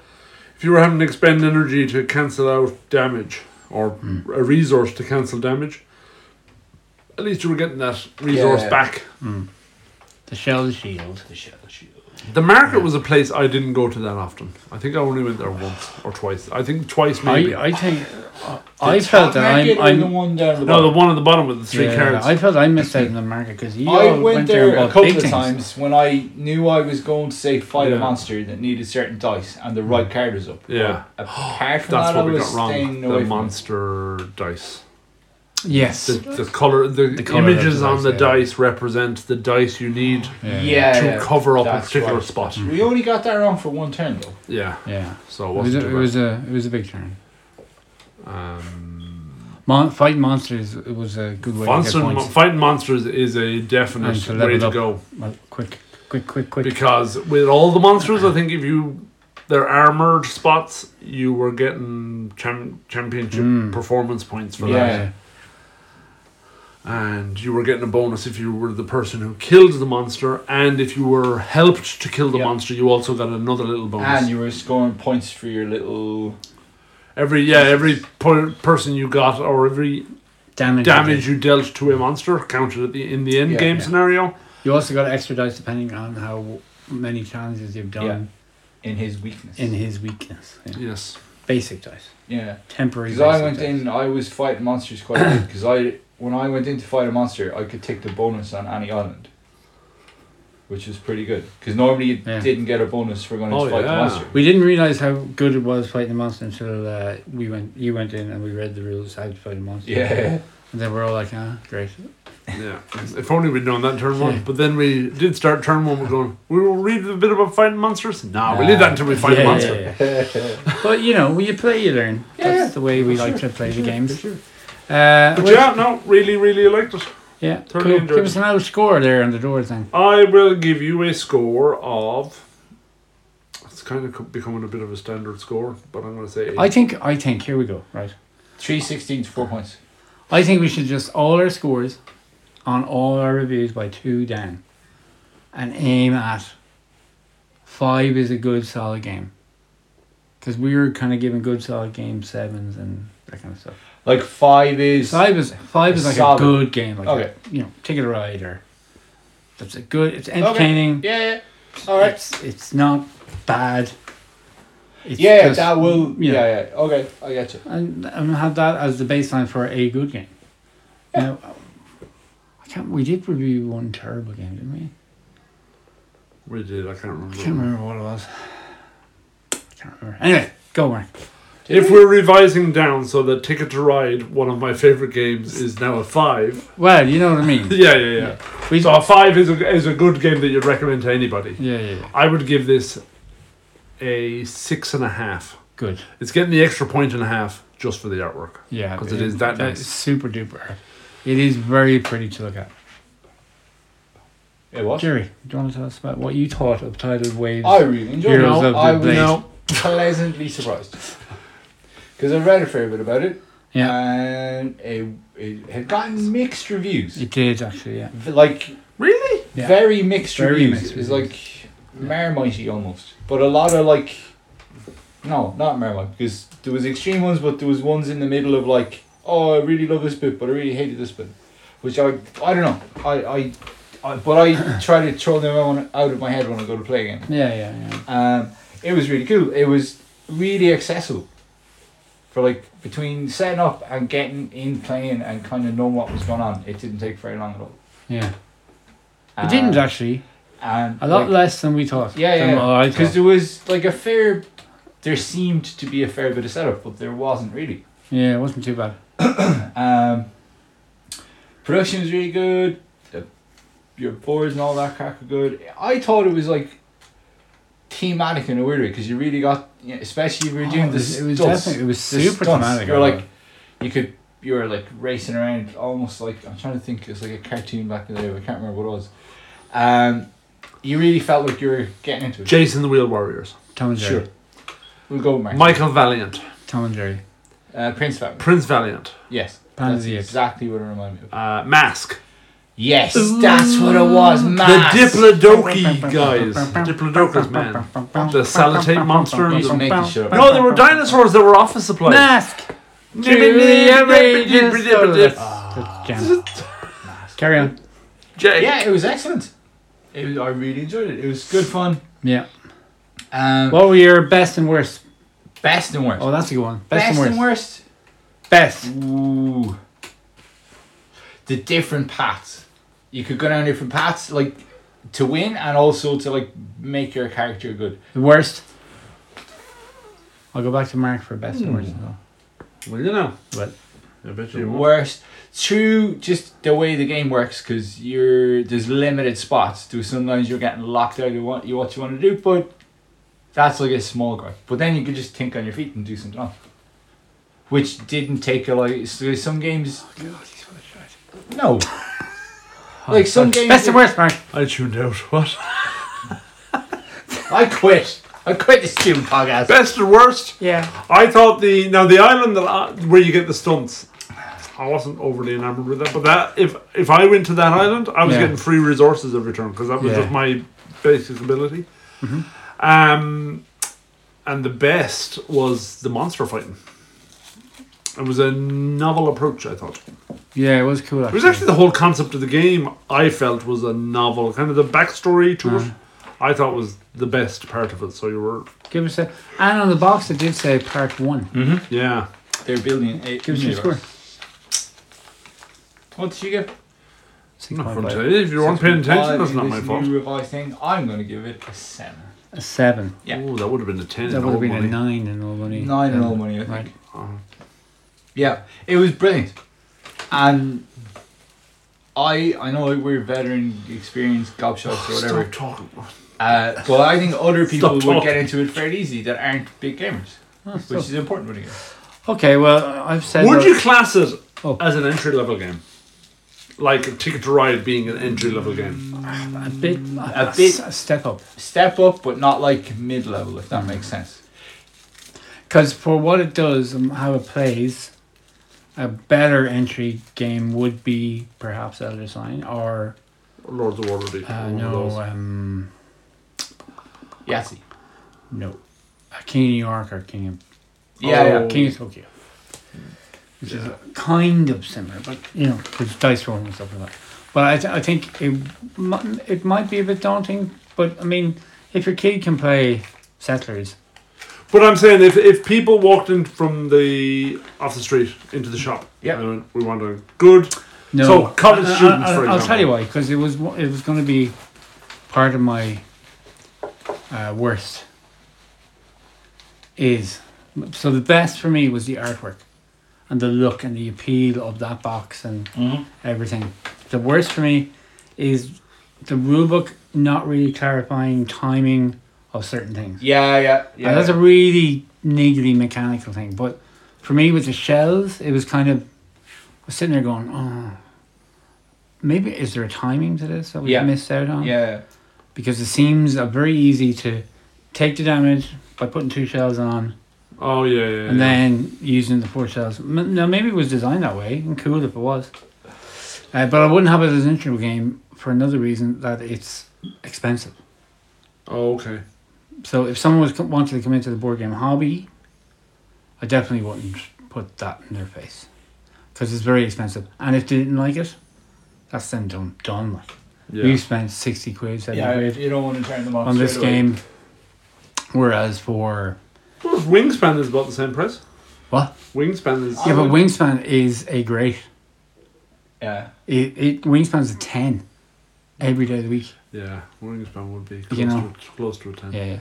[SPEAKER 1] if you were having to expend energy to cancel out damage or
[SPEAKER 3] Hmm.
[SPEAKER 1] a resource to cancel damage, at least you were getting that resource
[SPEAKER 3] Yeah.
[SPEAKER 1] back.
[SPEAKER 2] The shell shield.
[SPEAKER 3] The shell shield.
[SPEAKER 1] The market was a place I didn't go to that often. I think I only went there once or twice. I think twice maybe.
[SPEAKER 2] I, I think
[SPEAKER 3] The
[SPEAKER 2] I felt
[SPEAKER 3] top
[SPEAKER 2] that I'm,
[SPEAKER 3] market or the
[SPEAKER 2] I'm
[SPEAKER 3] one down the
[SPEAKER 1] no, the
[SPEAKER 3] bottom?
[SPEAKER 1] one at the bottom with the three
[SPEAKER 2] yeah,
[SPEAKER 1] carrots.
[SPEAKER 2] I felt I missed out on the market because you
[SPEAKER 3] I
[SPEAKER 2] all
[SPEAKER 3] went, there, a
[SPEAKER 2] and bought
[SPEAKER 3] couple
[SPEAKER 2] big
[SPEAKER 3] of
[SPEAKER 2] things.
[SPEAKER 3] times when I knew I was going to say fight
[SPEAKER 1] Yeah.
[SPEAKER 3] a monster that needed certain dice and the right card was up.
[SPEAKER 1] yeah,
[SPEAKER 3] But apart from
[SPEAKER 1] that's
[SPEAKER 3] that, I
[SPEAKER 1] what we
[SPEAKER 3] was
[SPEAKER 1] got wrong.
[SPEAKER 3] staying
[SPEAKER 1] The
[SPEAKER 3] away from it.
[SPEAKER 1] monster dice.
[SPEAKER 2] Yes.
[SPEAKER 1] The, the color, the,
[SPEAKER 2] The colour of
[SPEAKER 1] images
[SPEAKER 2] the
[SPEAKER 1] on
[SPEAKER 2] dice,
[SPEAKER 1] the
[SPEAKER 2] yeah.
[SPEAKER 1] dice represent the dice you need
[SPEAKER 2] yeah.
[SPEAKER 3] Yeah,
[SPEAKER 1] to
[SPEAKER 3] yeah,
[SPEAKER 1] cover up a
[SPEAKER 3] that's
[SPEAKER 1] particular
[SPEAKER 3] right.
[SPEAKER 1] spot.
[SPEAKER 3] We only got that wrong for one turn though.
[SPEAKER 1] Yeah,
[SPEAKER 2] Yeah.
[SPEAKER 1] so it
[SPEAKER 2] It was,
[SPEAKER 1] wasn't.
[SPEAKER 2] a,
[SPEAKER 1] too
[SPEAKER 2] it
[SPEAKER 1] bad.
[SPEAKER 2] was a it was a big turn.
[SPEAKER 1] um,
[SPEAKER 2] Mon- fight monsters it was a good way
[SPEAKER 1] monster,
[SPEAKER 2] to get
[SPEAKER 1] mo-
[SPEAKER 2] points.
[SPEAKER 1] fighting monsters is a
[SPEAKER 2] And
[SPEAKER 1] definite
[SPEAKER 2] to
[SPEAKER 1] way
[SPEAKER 2] level
[SPEAKER 1] to
[SPEAKER 2] up.
[SPEAKER 1] go.
[SPEAKER 2] Well, quick, quick, quick, quick.
[SPEAKER 1] because with all the monsters, I think if you their armored spots, you were
[SPEAKER 3] Hmm.
[SPEAKER 1] getting cham- championship
[SPEAKER 2] Mm.
[SPEAKER 1] performance points for
[SPEAKER 3] Yeah.
[SPEAKER 1] that. and you were getting a bonus if you were the person who killed the monster, and if you were helped to kill the
[SPEAKER 3] Yeah.
[SPEAKER 1] monster, you also got another little bonus.
[SPEAKER 3] And you were scoring points for your little.
[SPEAKER 1] every yeah, every per- person you got or every
[SPEAKER 2] Damage.
[SPEAKER 1] damage you dealt to a monster counted at the in the end
[SPEAKER 3] Yeah,
[SPEAKER 1] game
[SPEAKER 3] yeah.
[SPEAKER 1] scenario.
[SPEAKER 2] You also got extra dice depending on how many challenges you've done
[SPEAKER 3] In his weakness.
[SPEAKER 2] in his weakness. Yeah.
[SPEAKER 1] Yes,
[SPEAKER 2] Basic dice.
[SPEAKER 3] yeah.
[SPEAKER 2] Temporary
[SPEAKER 3] Because I
[SPEAKER 2] basic
[SPEAKER 3] went
[SPEAKER 2] dice.
[SPEAKER 3] in, I was fighting monsters quite a bit. Because I, when I went in to fight a monster, I could take the bonus on any island, which was pretty good. Because normally you
[SPEAKER 2] Yeah.
[SPEAKER 3] didn't get a bonus for going
[SPEAKER 1] Oh,
[SPEAKER 3] to fight
[SPEAKER 1] yeah.
[SPEAKER 3] the monster.
[SPEAKER 2] We didn't realize how good it was fighting the monster until uh, we went. You went in and we read the rules how to fight a monster.
[SPEAKER 3] Yeah.
[SPEAKER 2] And then we're all like, ah, great.
[SPEAKER 1] yeah. if only we'd known that in turn one.
[SPEAKER 2] Yeah.
[SPEAKER 1] But then we did start turn one. We're going. We will read a bit about fighting monsters. Nah, we
[SPEAKER 3] Nah.
[SPEAKER 1] did that until we fight
[SPEAKER 2] Yeah,
[SPEAKER 1] a monster.
[SPEAKER 2] yeah, yeah. but you know, when you play, you learn. That's
[SPEAKER 3] Yeah.
[SPEAKER 2] the way we
[SPEAKER 3] For
[SPEAKER 2] like
[SPEAKER 3] sure,
[SPEAKER 2] to play
[SPEAKER 3] for
[SPEAKER 2] the
[SPEAKER 3] sure,
[SPEAKER 2] games.
[SPEAKER 3] for sure.
[SPEAKER 2] Uh,
[SPEAKER 1] But
[SPEAKER 2] well,
[SPEAKER 1] yeah, no, really, really liked it.
[SPEAKER 2] yeah.
[SPEAKER 1] totally
[SPEAKER 2] cool.
[SPEAKER 1] enjoyed
[SPEAKER 2] Give us
[SPEAKER 1] it.
[SPEAKER 2] an out score there on the doors then.
[SPEAKER 1] I will give you a score of. It's kind of co- becoming a bit of a standard score, but I'm going to say.
[SPEAKER 2] I think. I think. Here we go. Right.
[SPEAKER 3] Three sixteen to four points.
[SPEAKER 2] I think we should just all our scores on all our reviews by two down and aim at five is a good solid game. Because we were kind of giving good solid game sevens and that kind of stuff.
[SPEAKER 3] Like five is.
[SPEAKER 2] Five is five is like
[SPEAKER 3] Solid.
[SPEAKER 2] a good game, like
[SPEAKER 3] Okay.
[SPEAKER 2] a, you know, ticket a ride or that's a good. It's entertaining.
[SPEAKER 3] Yeah. All right.
[SPEAKER 2] It's it's not bad. It's
[SPEAKER 3] Yeah,
[SPEAKER 2] just-
[SPEAKER 3] that will.
[SPEAKER 2] yeah.
[SPEAKER 3] Yeah. yeah, Okay, I get you.
[SPEAKER 2] and and have that as the baseline for a good game. Now, I can't. We did review one terrible game, didn't we?
[SPEAKER 1] we did, I can't
[SPEAKER 2] I
[SPEAKER 1] remember.
[SPEAKER 2] can't remember what it was. I can't remember. Anyway, go Mark.
[SPEAKER 1] If we're revising down so that Ticket to Ride, one of my favourite games, is now a 5.
[SPEAKER 2] Well, you know what I mean.
[SPEAKER 1] Yeah, yeah, yeah.
[SPEAKER 2] We,
[SPEAKER 1] So a 5 is a, is a good game that you'd recommend to anybody.
[SPEAKER 2] yeah, yeah, yeah.
[SPEAKER 1] I would give this a 6.5.
[SPEAKER 2] Good.
[SPEAKER 1] It's getting the extra point and a half just for the artwork.
[SPEAKER 2] Yeah,
[SPEAKER 1] 'Cause it is that nice.
[SPEAKER 2] Super duper. It is very pretty to look at.
[SPEAKER 3] It was.
[SPEAKER 2] Jerry, do you want to tell us about what you thought of Tidal Waves?
[SPEAKER 3] I really enjoyed it.
[SPEAKER 2] Heroes of the
[SPEAKER 3] I was
[SPEAKER 2] Blade.
[SPEAKER 3] pleasantly surprised because I read a fair bit about it,
[SPEAKER 2] yeah,
[SPEAKER 3] and it, it had gotten mixed reviews.
[SPEAKER 2] it did actually. Yeah,
[SPEAKER 3] V- like
[SPEAKER 1] Really?
[SPEAKER 2] Yeah.
[SPEAKER 3] very mixed
[SPEAKER 2] Very
[SPEAKER 3] reviews.
[SPEAKER 2] mixed
[SPEAKER 3] it's
[SPEAKER 2] reviews.
[SPEAKER 3] like marmite almost, but a lot of like no, not marmite because there was extreme ones, but there was ones in the middle of like oh, I really love this bit, but I really hated this bit, which I I don't know. I I, I but I try to throw them on, out of my head when I go to play again.
[SPEAKER 2] yeah, yeah, yeah.
[SPEAKER 3] Um, it was really cool. It was really accessible for like between setting up and getting in playing and kind of knowing what was going on. It didn't take very long at all.
[SPEAKER 2] yeah. It didn't
[SPEAKER 3] Um,
[SPEAKER 2] actually.
[SPEAKER 3] and
[SPEAKER 2] A lot
[SPEAKER 3] like-
[SPEAKER 2] less than we thought.
[SPEAKER 3] Yeah,
[SPEAKER 2] than what
[SPEAKER 3] yeah.
[SPEAKER 2] I
[SPEAKER 3] Because
[SPEAKER 2] thought.
[SPEAKER 3] there was like a fair. There seemed to be a fair bit of setup, but there wasn't really.
[SPEAKER 2] Yeah, it wasn't too bad.
[SPEAKER 3] Um, production was really good. The, your boards and all that crack were good. I thought it was like thematic in a weird way because you really got, you know, especially if you were
[SPEAKER 2] Oh,
[SPEAKER 3] doing
[SPEAKER 2] it
[SPEAKER 3] this.
[SPEAKER 2] was, it was
[SPEAKER 3] stunts,
[SPEAKER 2] definitely it was
[SPEAKER 3] the
[SPEAKER 2] super
[SPEAKER 3] stunts,
[SPEAKER 2] dramatic.
[SPEAKER 3] You were like, you could, you were like racing around, almost like I'm trying to think. It's like a cartoon back in the day. but I can't remember what it was. Um, you really felt like you were getting into it.
[SPEAKER 1] Jason the Wheel Warriors.
[SPEAKER 2] Tom and Jerry.
[SPEAKER 3] Sure. We'll go with Mark.
[SPEAKER 1] Michael Valiant.
[SPEAKER 2] Tom and Jerry.
[SPEAKER 3] Uh, Prince Family.
[SPEAKER 1] Prince Valiant.
[SPEAKER 3] Yes.
[SPEAKER 2] Planet
[SPEAKER 3] That's
[SPEAKER 2] of the Apes.
[SPEAKER 3] exactly what it reminded me of.
[SPEAKER 1] Uh, Mask.
[SPEAKER 3] Yes, that's what it was. Mass.
[SPEAKER 1] The Diplodoki guys. Diplodocus man. The sellotape monster and
[SPEAKER 3] He's
[SPEAKER 1] the
[SPEAKER 3] making shit up.
[SPEAKER 1] No, there were dinosaurs that were office supplies.
[SPEAKER 2] Mask. To the outrageous dollars. That's jam. Carry on.
[SPEAKER 1] Jake.
[SPEAKER 3] Yeah, it was excellent. It was, I really enjoyed it. It was good fun.
[SPEAKER 2] Yeah.
[SPEAKER 3] Um,
[SPEAKER 2] What were your best and worst?
[SPEAKER 3] best and worst.
[SPEAKER 2] Oh, that's a good one. Best,
[SPEAKER 3] best,
[SPEAKER 2] and worst. Best.
[SPEAKER 3] and worst. Ooh. The different paths. You could go down different paths, like to win, and also to like make your character good.
[SPEAKER 2] The worst. I'll go back to Mark for best and worst. though.
[SPEAKER 1] Well, you know.
[SPEAKER 2] But
[SPEAKER 1] I bet
[SPEAKER 3] the
[SPEAKER 1] you won't.
[SPEAKER 3] worst through just the way the game works because you're there's limited spots do sometimes you're getting locked out of what you what you want to do but that's like a small gripe but then you can just think on your feet and do something else which didn't take a lot so some games no like some games
[SPEAKER 2] best and worst, Mark.
[SPEAKER 1] I tuned out. What?
[SPEAKER 3] I quit I quit this stupid podcast
[SPEAKER 1] Best or worst?
[SPEAKER 2] Yeah.
[SPEAKER 1] I thought the now the island that I, where you get the stunts. I wasn't overly enamored with that. But that if if I went to that island, I was
[SPEAKER 3] Yeah.
[SPEAKER 1] getting free resources every turn because that was
[SPEAKER 3] Yeah. Mm-hmm.
[SPEAKER 1] just my basic ability. Um, and the best was the monster fighting. It was a novel approach, I thought.
[SPEAKER 2] Yeah, it was cool.
[SPEAKER 1] It was actually the whole concept of the game I felt was a novel. Kind of the backstory to
[SPEAKER 3] Uh-huh.
[SPEAKER 1] it, I thought was the best part of it. So you were,
[SPEAKER 2] Give us a. And on the box, it did say part one.
[SPEAKER 1] yeah.
[SPEAKER 3] They're building a
[SPEAKER 2] Give us your score.
[SPEAKER 3] What did you get?
[SPEAKER 1] Not from today. If you weren't paying attention, that's not my fault.
[SPEAKER 3] New revised thing. I'm going to give it a seven.
[SPEAKER 2] A seven.
[SPEAKER 3] Yeah.
[SPEAKER 1] Oh, that would have been a ten.
[SPEAKER 2] That
[SPEAKER 1] in
[SPEAKER 2] would have
[SPEAKER 1] old
[SPEAKER 2] been
[SPEAKER 1] money.
[SPEAKER 2] a nine in all money.
[SPEAKER 3] Nine in
[SPEAKER 2] Yeah.
[SPEAKER 3] all money, I think. Uh-huh.
[SPEAKER 2] Right.
[SPEAKER 3] Yeah, it was brilliant, and I I know we're veteran, experienced gobshites or whatever.
[SPEAKER 1] Oh, Stop talking.
[SPEAKER 3] Uh, but I think other people
[SPEAKER 1] Stop
[SPEAKER 3] would
[SPEAKER 1] talking. Oh,
[SPEAKER 3] get into it fairly easy that aren't big gamers, which is important with a game.
[SPEAKER 2] Okay, well, I've said.
[SPEAKER 1] Would
[SPEAKER 2] what-
[SPEAKER 1] you class it
[SPEAKER 2] Oh.
[SPEAKER 1] as an entry level game? Like Ticket to Ride being an entry level game.
[SPEAKER 2] A bit. A,
[SPEAKER 3] A
[SPEAKER 2] a
[SPEAKER 3] bit-
[SPEAKER 2] s- step up.
[SPEAKER 3] Step up, but not like mid level, if that makes sense.
[SPEAKER 2] Because for what it does and how it plays, a better entry game would be perhaps Elder Sign or.
[SPEAKER 1] Lords of Waterdeep.
[SPEAKER 2] Uh,
[SPEAKER 1] one of
[SPEAKER 2] no,
[SPEAKER 1] those.
[SPEAKER 2] um,
[SPEAKER 3] Yahtzee.
[SPEAKER 2] no. A King of New York or King of
[SPEAKER 3] Yeah,
[SPEAKER 1] Oh.
[SPEAKER 3] yeah.
[SPEAKER 2] King of Tokyo. Which is kind of similar, but you know, with dice rolling and stuff like that. But I, th- I think it, mi- it might be a bit daunting, but I mean, if your kid can play Settlers,
[SPEAKER 1] But I'm saying if, if people walked in from the off the street into the shop,
[SPEAKER 3] Yep.
[SPEAKER 1] and went, we want a good
[SPEAKER 2] no.
[SPEAKER 1] So, college
[SPEAKER 2] I- I-
[SPEAKER 1] students,
[SPEAKER 2] I,
[SPEAKER 1] for
[SPEAKER 2] I'll tell
[SPEAKER 1] example.
[SPEAKER 2] you why, because it was wa- it was going to be part of my uh, worst. Is so the best for me was the artwork, and the look and the appeal of that box and
[SPEAKER 1] Mm-hmm.
[SPEAKER 2] everything. The worst for me is the rulebook not really clarifying timing of certain things.
[SPEAKER 3] Yeah, yeah,
[SPEAKER 2] And that's
[SPEAKER 3] yeah.
[SPEAKER 2] a really niggly mechanical thing. But for me, with the shells, it was kind of I was sitting there going, oh, maybe is there a timing to this that we
[SPEAKER 3] Yeah.
[SPEAKER 2] missed out on?
[SPEAKER 3] yeah.
[SPEAKER 2] Because it seems uh, very easy to take the damage by putting two shells on
[SPEAKER 1] Oh yeah, yeah.
[SPEAKER 2] and
[SPEAKER 1] yeah.
[SPEAKER 2] then using the four shells. M- Now maybe it was designed that way, and cool if it was. Uh, but I wouldn't have it as an intro game for another reason that it's expensive.
[SPEAKER 1] Oh okay.
[SPEAKER 2] So if someone was co- wanted to come into the board game hobby, I definitely wouldn't put that in their face because it's very expensive. And if they didn't like it, that's then done. Done. Like
[SPEAKER 1] Yeah.
[SPEAKER 2] you spent sixty quid, seventy
[SPEAKER 3] Yeah,
[SPEAKER 2] quid
[SPEAKER 3] you don't want to turn them off
[SPEAKER 2] on this
[SPEAKER 3] straight away.
[SPEAKER 2] game, whereas for
[SPEAKER 1] Well, Wingspan is about the same price.
[SPEAKER 2] what?
[SPEAKER 1] Wingspan is
[SPEAKER 2] Yeah, but Wingspan is a great.
[SPEAKER 3] Yeah,
[SPEAKER 2] It, it Wingspan's a ten every day of the week.
[SPEAKER 1] yeah. Wingspan would be close,
[SPEAKER 2] You know.
[SPEAKER 1] to, a- close to a ten.
[SPEAKER 2] Yeah, yeah.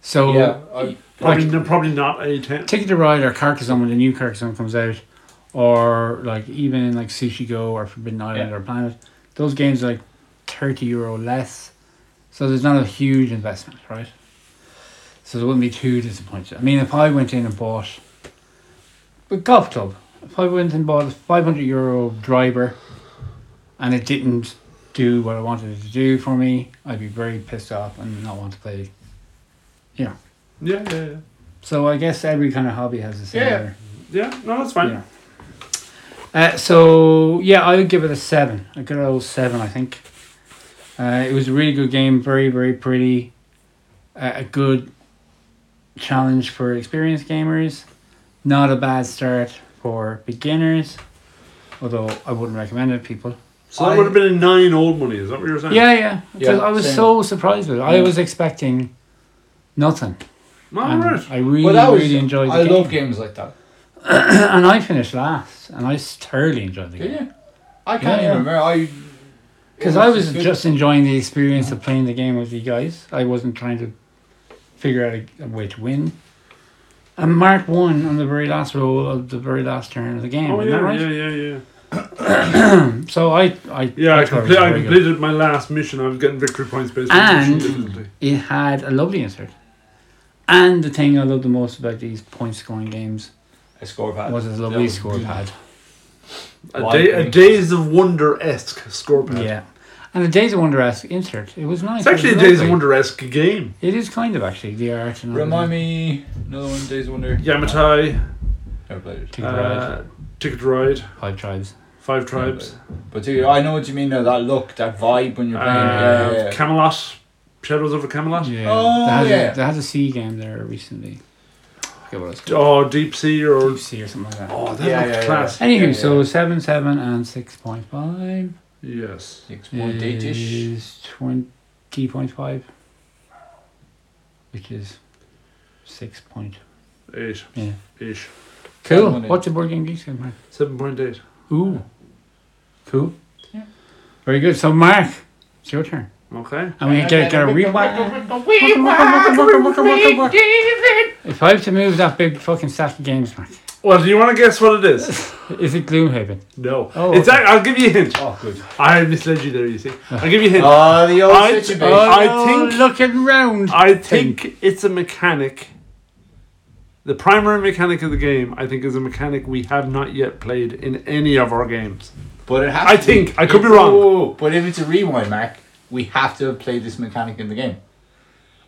[SPEAKER 2] So
[SPEAKER 3] yeah. I-
[SPEAKER 1] Probably no, probably not a ten.
[SPEAKER 2] Ticket to Ride or Carcassonne when the new Carcassonne comes out, or like even like Sushi Go or Forbidden Island
[SPEAKER 3] Yeah.
[SPEAKER 2] or Planet, those games are like thirty euro less, so there's not a huge investment, right? So there wouldn't be too disappointed. I mean, if I went in and bought, but golf club, if I went and bought a five hundred euro driver, and it didn't do what I wanted it to do for me, I'd be very pissed off and not want to play. You know.
[SPEAKER 1] Yeah, yeah, yeah.
[SPEAKER 2] So I guess every kind of hobby has a similar.
[SPEAKER 1] Yeah, no, that's fine.
[SPEAKER 2] Yeah. Uh, so yeah, I would give it a seven. A good old seven, I think. Uh, it was a really good game, very very pretty, uh, a good challenge for experienced gamers. Not a bad start for beginners, although I wouldn't recommend it. People.
[SPEAKER 1] So that would have been a nine old money. Is that what you're saying?
[SPEAKER 2] Yeah, yeah. 'Cause
[SPEAKER 3] Yeah,
[SPEAKER 2] I was
[SPEAKER 3] same.
[SPEAKER 2] so surprised with it. I
[SPEAKER 3] Yeah.
[SPEAKER 2] was expecting nothing.
[SPEAKER 1] All
[SPEAKER 2] and
[SPEAKER 1] right.
[SPEAKER 2] I really
[SPEAKER 3] Well, that was.
[SPEAKER 2] really enjoyed the
[SPEAKER 3] I
[SPEAKER 2] game,
[SPEAKER 3] love games like that.
[SPEAKER 2] and I finished last, and I thoroughly enjoyed the game.
[SPEAKER 3] Yeah. I can't
[SPEAKER 2] Yeah,
[SPEAKER 3] even remember. I
[SPEAKER 2] Because
[SPEAKER 3] It
[SPEAKER 2] I was
[SPEAKER 3] good.
[SPEAKER 2] just enjoying the experience of playing the game with you guys. I wasn't trying to figure out a, a way to win. And Mark won on the very last roll of the very last turn of the game.
[SPEAKER 1] Oh
[SPEAKER 2] isn't
[SPEAKER 1] yeah,
[SPEAKER 2] that right?
[SPEAKER 1] yeah, yeah, yeah.
[SPEAKER 2] So I, I,
[SPEAKER 1] Yeah, I,
[SPEAKER 2] thought it was
[SPEAKER 1] comple- I
[SPEAKER 2] very good.
[SPEAKER 1] completed my last mission. I was getting victory points based on mission
[SPEAKER 2] And-
[SPEAKER 1] difficulty.
[SPEAKER 2] It had a lovely insert. And the thing I love the most about these point scoring games
[SPEAKER 3] a score pad.
[SPEAKER 2] was its lovely score pad.
[SPEAKER 1] A,
[SPEAKER 3] Wide
[SPEAKER 1] day, a
[SPEAKER 3] range.
[SPEAKER 1] Days of Wonder esque scorepad.
[SPEAKER 2] Yeah. And the Days of Wonder esque insert. It was nice.
[SPEAKER 1] It's actually
[SPEAKER 2] it
[SPEAKER 1] a
[SPEAKER 2] was
[SPEAKER 1] Days of
[SPEAKER 2] lovely.
[SPEAKER 1] Wonder esque game.
[SPEAKER 2] It is kind of actually the art and all
[SPEAKER 3] Remind
[SPEAKER 2] the-
[SPEAKER 3] me another one. Days of Wonder.
[SPEAKER 1] Yamatai,
[SPEAKER 3] Never played it.
[SPEAKER 2] Ticket to Ride.
[SPEAKER 1] uh, Ticket to Ride,
[SPEAKER 2] Five tribes.
[SPEAKER 1] Five Tribes,
[SPEAKER 3] But dude, I know what you mean though, that look, that vibe when you're playing.
[SPEAKER 1] uh,
[SPEAKER 3] yeah, yeah, yeah.
[SPEAKER 1] Camelot, Shadows over Camelot.
[SPEAKER 2] Yeah.
[SPEAKER 3] Oh,
[SPEAKER 2] there has
[SPEAKER 3] yeah.
[SPEAKER 2] A, there has a sea game there recently. I forget what it's called.
[SPEAKER 1] Oh, Deep Sea or
[SPEAKER 2] Deep Sea or something like that.
[SPEAKER 1] oh, that
[SPEAKER 3] Yeah,
[SPEAKER 1] looked
[SPEAKER 3] yeah, yeah.
[SPEAKER 1] class.
[SPEAKER 2] Anywho,
[SPEAKER 3] Yeah, yeah.
[SPEAKER 2] so seven, seven, and six point five
[SPEAKER 1] Yes.
[SPEAKER 3] Six point eight ish.
[SPEAKER 2] is twenty point five, which is six point.
[SPEAKER 1] Eight
[SPEAKER 2] Yeah.
[SPEAKER 1] ish.
[SPEAKER 2] Cool.
[SPEAKER 3] money.
[SPEAKER 2] What's a board game geek man?
[SPEAKER 1] Seven point eight.
[SPEAKER 2] Ooh. Cool.
[SPEAKER 3] Yeah.
[SPEAKER 2] Very good. So Mark, it's your turn.
[SPEAKER 1] Okay.
[SPEAKER 2] And we get, get a rewind. If I have to move that big fucking stack of games, Mark,
[SPEAKER 1] Well, do you want to guess what it is?
[SPEAKER 2] is it Gloomhaven?
[SPEAKER 1] No.
[SPEAKER 2] Oh,
[SPEAKER 1] it's.
[SPEAKER 2] okay.
[SPEAKER 1] ac- I'll give you a hint.
[SPEAKER 3] Oh, good.
[SPEAKER 1] I misled you there. You see. I'll give you a hint.
[SPEAKER 3] Oh, the old
[SPEAKER 1] I-
[SPEAKER 3] switch
[SPEAKER 1] Oh, I
[SPEAKER 2] no,
[SPEAKER 1] think-
[SPEAKER 2] looking round.
[SPEAKER 1] I think it's a mechanic. The primary mechanic of the game, I think, is a mechanic we have not yet played in any of our games.
[SPEAKER 3] But it has
[SPEAKER 1] I
[SPEAKER 3] to
[SPEAKER 1] think-
[SPEAKER 3] be-
[SPEAKER 1] I could be
[SPEAKER 3] Whoa,
[SPEAKER 1] wrong.
[SPEAKER 3] whoa, whoa. But if it's a rewind, Mac, we have to have played this mechanic in the game.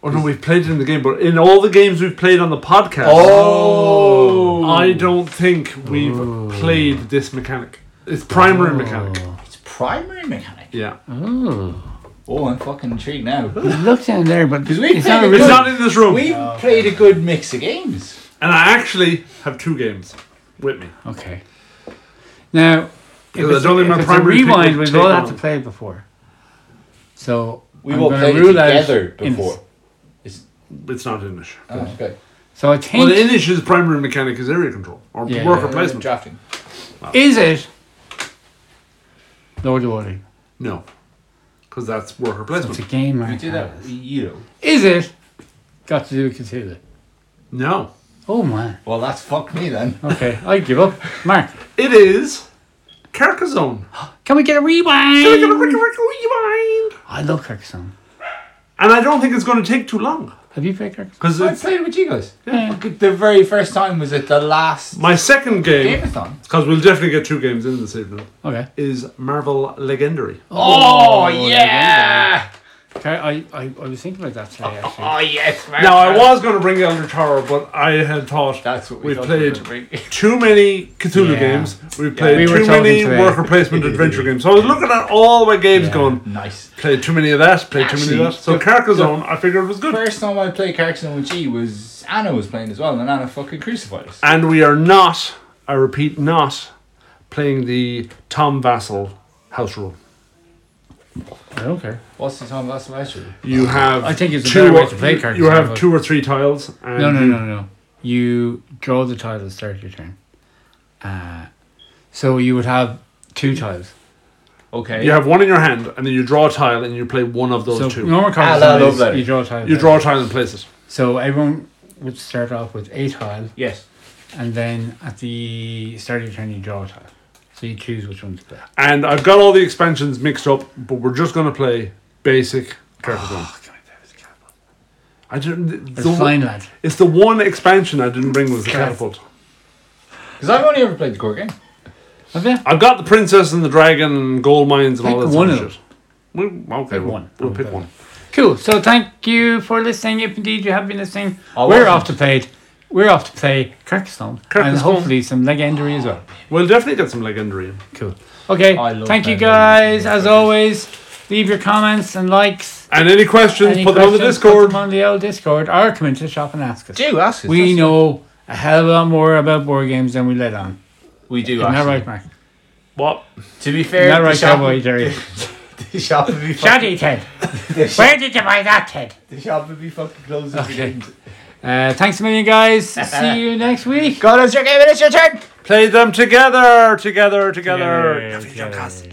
[SPEAKER 1] Oh no, we've played it in the game, but in all the games we've played on the podcast,
[SPEAKER 3] Oh,
[SPEAKER 1] I don't think we've played this mechanic. It's primary mechanic.
[SPEAKER 3] it's primary mechanic.
[SPEAKER 1] Yeah.
[SPEAKER 2] Oh,
[SPEAKER 3] Oh, I'm fucking intrigued now.
[SPEAKER 2] looked in there, but
[SPEAKER 3] Because we
[SPEAKER 2] it's
[SPEAKER 3] played
[SPEAKER 2] not
[SPEAKER 3] it
[SPEAKER 2] really.
[SPEAKER 1] It's not in this room.
[SPEAKER 3] We've played a good mix of games.
[SPEAKER 1] And I actually have two games with me.
[SPEAKER 2] Okay. Now, if
[SPEAKER 1] Because
[SPEAKER 2] it's,
[SPEAKER 1] I don't think
[SPEAKER 2] if
[SPEAKER 1] my
[SPEAKER 2] it's a
[SPEAKER 1] primary people
[SPEAKER 2] rewind, we've
[SPEAKER 1] take
[SPEAKER 2] all had
[SPEAKER 1] on.
[SPEAKER 2] to play it before. So
[SPEAKER 3] We
[SPEAKER 2] I'm
[SPEAKER 3] all
[SPEAKER 2] gonna
[SPEAKER 3] played it
[SPEAKER 2] rule out
[SPEAKER 3] together
[SPEAKER 2] Innis.
[SPEAKER 3] before.
[SPEAKER 1] It's not Inish.
[SPEAKER 3] Oh, okay.
[SPEAKER 2] So I
[SPEAKER 1] Well,
[SPEAKER 2] think
[SPEAKER 1] the Inish's primary mechanic is area control or
[SPEAKER 2] Yeah.
[SPEAKER 1] worker
[SPEAKER 3] Uh,
[SPEAKER 1] placement.
[SPEAKER 3] Drafting.
[SPEAKER 2] is it Lord of the Water?
[SPEAKER 1] No, because that's worker
[SPEAKER 2] It's a
[SPEAKER 1] placement.
[SPEAKER 2] game.
[SPEAKER 3] We
[SPEAKER 2] Right
[SPEAKER 3] do that. You know.
[SPEAKER 2] Is it got to do with Cthulhu?
[SPEAKER 1] No,
[SPEAKER 2] Oh man.
[SPEAKER 3] Well, that's fuck me then.
[SPEAKER 2] Okay, I give up. Mark,
[SPEAKER 1] it is Carcassonne.
[SPEAKER 2] can we get a rewind?
[SPEAKER 1] Can I get a rick- rick- rewind?
[SPEAKER 2] I love Carcassonne.
[SPEAKER 1] And I don't think it's going to take too long
[SPEAKER 2] Have you played Carcassonne?
[SPEAKER 1] because
[SPEAKER 3] I
[SPEAKER 1] it's
[SPEAKER 3] played with you guys.
[SPEAKER 2] Yeah.
[SPEAKER 3] Fuck, The very first time was at the last
[SPEAKER 1] my second game.
[SPEAKER 3] Gameathon.
[SPEAKER 1] Because we'll definitely get two games in this evening.
[SPEAKER 2] Okay.
[SPEAKER 1] Is Marvel Legendary?
[SPEAKER 3] Oh,
[SPEAKER 2] yeah.
[SPEAKER 3] yeah!
[SPEAKER 2] Okay, I, I, I was thinking about that today actually.
[SPEAKER 3] Oh yes, man.
[SPEAKER 1] Now I was going to bring Elder Tower, but I had thought
[SPEAKER 3] That's what we
[SPEAKER 1] we
[SPEAKER 3] thought
[SPEAKER 1] played.
[SPEAKER 3] we were gonna
[SPEAKER 1] too many Cthulhu
[SPEAKER 2] Yeah.
[SPEAKER 1] games. We played
[SPEAKER 2] We were
[SPEAKER 1] too
[SPEAKER 2] talking
[SPEAKER 1] many
[SPEAKER 2] today.
[SPEAKER 1] worker placement adventure games. So I was looking at all my games
[SPEAKER 2] Yeah.
[SPEAKER 1] going,
[SPEAKER 3] bring. Nice.
[SPEAKER 1] played too many of that, played too many
[SPEAKER 3] Actually,
[SPEAKER 1] of that. So
[SPEAKER 3] the-
[SPEAKER 1] Carcassonne, I figured was good.
[SPEAKER 3] First time I played Carcassonne with G was Anna was playing as well, and Anna fucking crucified us.
[SPEAKER 1] And we are not, I repeat, not playing the Tom Vassell house rule.
[SPEAKER 2] Okay.
[SPEAKER 3] What's the time last match?
[SPEAKER 1] You have
[SPEAKER 2] Oh. I think it's a better way to play Carcassonne,
[SPEAKER 1] You have
[SPEAKER 2] but-
[SPEAKER 1] two or three tiles. And
[SPEAKER 2] No, no,
[SPEAKER 1] you-
[SPEAKER 2] no, no. You draw the tile at the start of your turn. Uh, so you would have two tiles.
[SPEAKER 3] Okay.
[SPEAKER 1] You have one in your hand, and then you draw a tile, and you play one of those
[SPEAKER 2] So
[SPEAKER 1] two.
[SPEAKER 2] normal
[SPEAKER 3] Ah,
[SPEAKER 2] Carcassonne
[SPEAKER 3] love
[SPEAKER 2] is
[SPEAKER 3] that.
[SPEAKER 2] you draw a tile.
[SPEAKER 1] You draw a tile and place it.
[SPEAKER 2] So everyone would start off with a tile,
[SPEAKER 3] Yes.
[SPEAKER 2] and then at the start of your turn you draw a tile. So you choose which one to
[SPEAKER 3] Ah,
[SPEAKER 2] play.
[SPEAKER 1] And I've got all the expansions mixed up, but we're just going to play basic Carcassonne. I didn't.
[SPEAKER 2] It's
[SPEAKER 1] the-
[SPEAKER 2] fine, lad.
[SPEAKER 1] It's the one expansion I didn't bring was the
[SPEAKER 2] Correct.
[SPEAKER 1] catapult.
[SPEAKER 3] Because I've only ever played the core game.
[SPEAKER 2] Have you?
[SPEAKER 1] I've got the princess and the dragon and gold mines and all
[SPEAKER 2] Pick
[SPEAKER 1] that
[SPEAKER 2] one
[SPEAKER 1] sort
[SPEAKER 2] of
[SPEAKER 1] of shit. We, okay,
[SPEAKER 2] Pick
[SPEAKER 1] we'll,
[SPEAKER 2] one.
[SPEAKER 1] We'll pick one.
[SPEAKER 2] Cool. So thank you for listening. If indeed you have been listening,
[SPEAKER 3] I
[SPEAKER 2] we're
[SPEAKER 3] wasn't.
[SPEAKER 2] off to play. We're off to play Kirkstone and
[SPEAKER 1] Kirkstone.
[SPEAKER 2] hopefully some legendary as well.
[SPEAKER 1] We'll definitely get some legendary in.
[SPEAKER 2] Cool. Okay.
[SPEAKER 3] I love
[SPEAKER 2] Thank you
[SPEAKER 3] that.
[SPEAKER 2] guys. As always, leave your comments and likes.
[SPEAKER 1] And any questions,
[SPEAKER 2] Any
[SPEAKER 1] put them on the
[SPEAKER 2] questions, Put
[SPEAKER 1] Discord.
[SPEAKER 2] them on the old Discord or come into the shop and ask us.
[SPEAKER 3] Do ask us.
[SPEAKER 2] We know a hell of a lot more about board games than we let on.
[SPEAKER 3] We do
[SPEAKER 2] Isn't
[SPEAKER 3] ask.
[SPEAKER 2] that right, Mark?
[SPEAKER 1] What?
[SPEAKER 3] To be
[SPEAKER 2] Isn't
[SPEAKER 3] fair,
[SPEAKER 2] that
[SPEAKER 3] the
[SPEAKER 2] right,
[SPEAKER 3] shop-
[SPEAKER 2] Cowboy Jerry?
[SPEAKER 3] the shop would be
[SPEAKER 2] Shoddy
[SPEAKER 3] fucking,
[SPEAKER 2] Ted.
[SPEAKER 3] the shop-
[SPEAKER 2] Where did you buy that, Ted?
[SPEAKER 3] the shop would be fucking closed if we
[SPEAKER 2] Okay.
[SPEAKER 3] didn't.
[SPEAKER 2] Uh, thanks a million, guys. See you next week.
[SPEAKER 3] God, it's your game and it's your turn.
[SPEAKER 1] Play them together, together, together.
[SPEAKER 2] Together, together.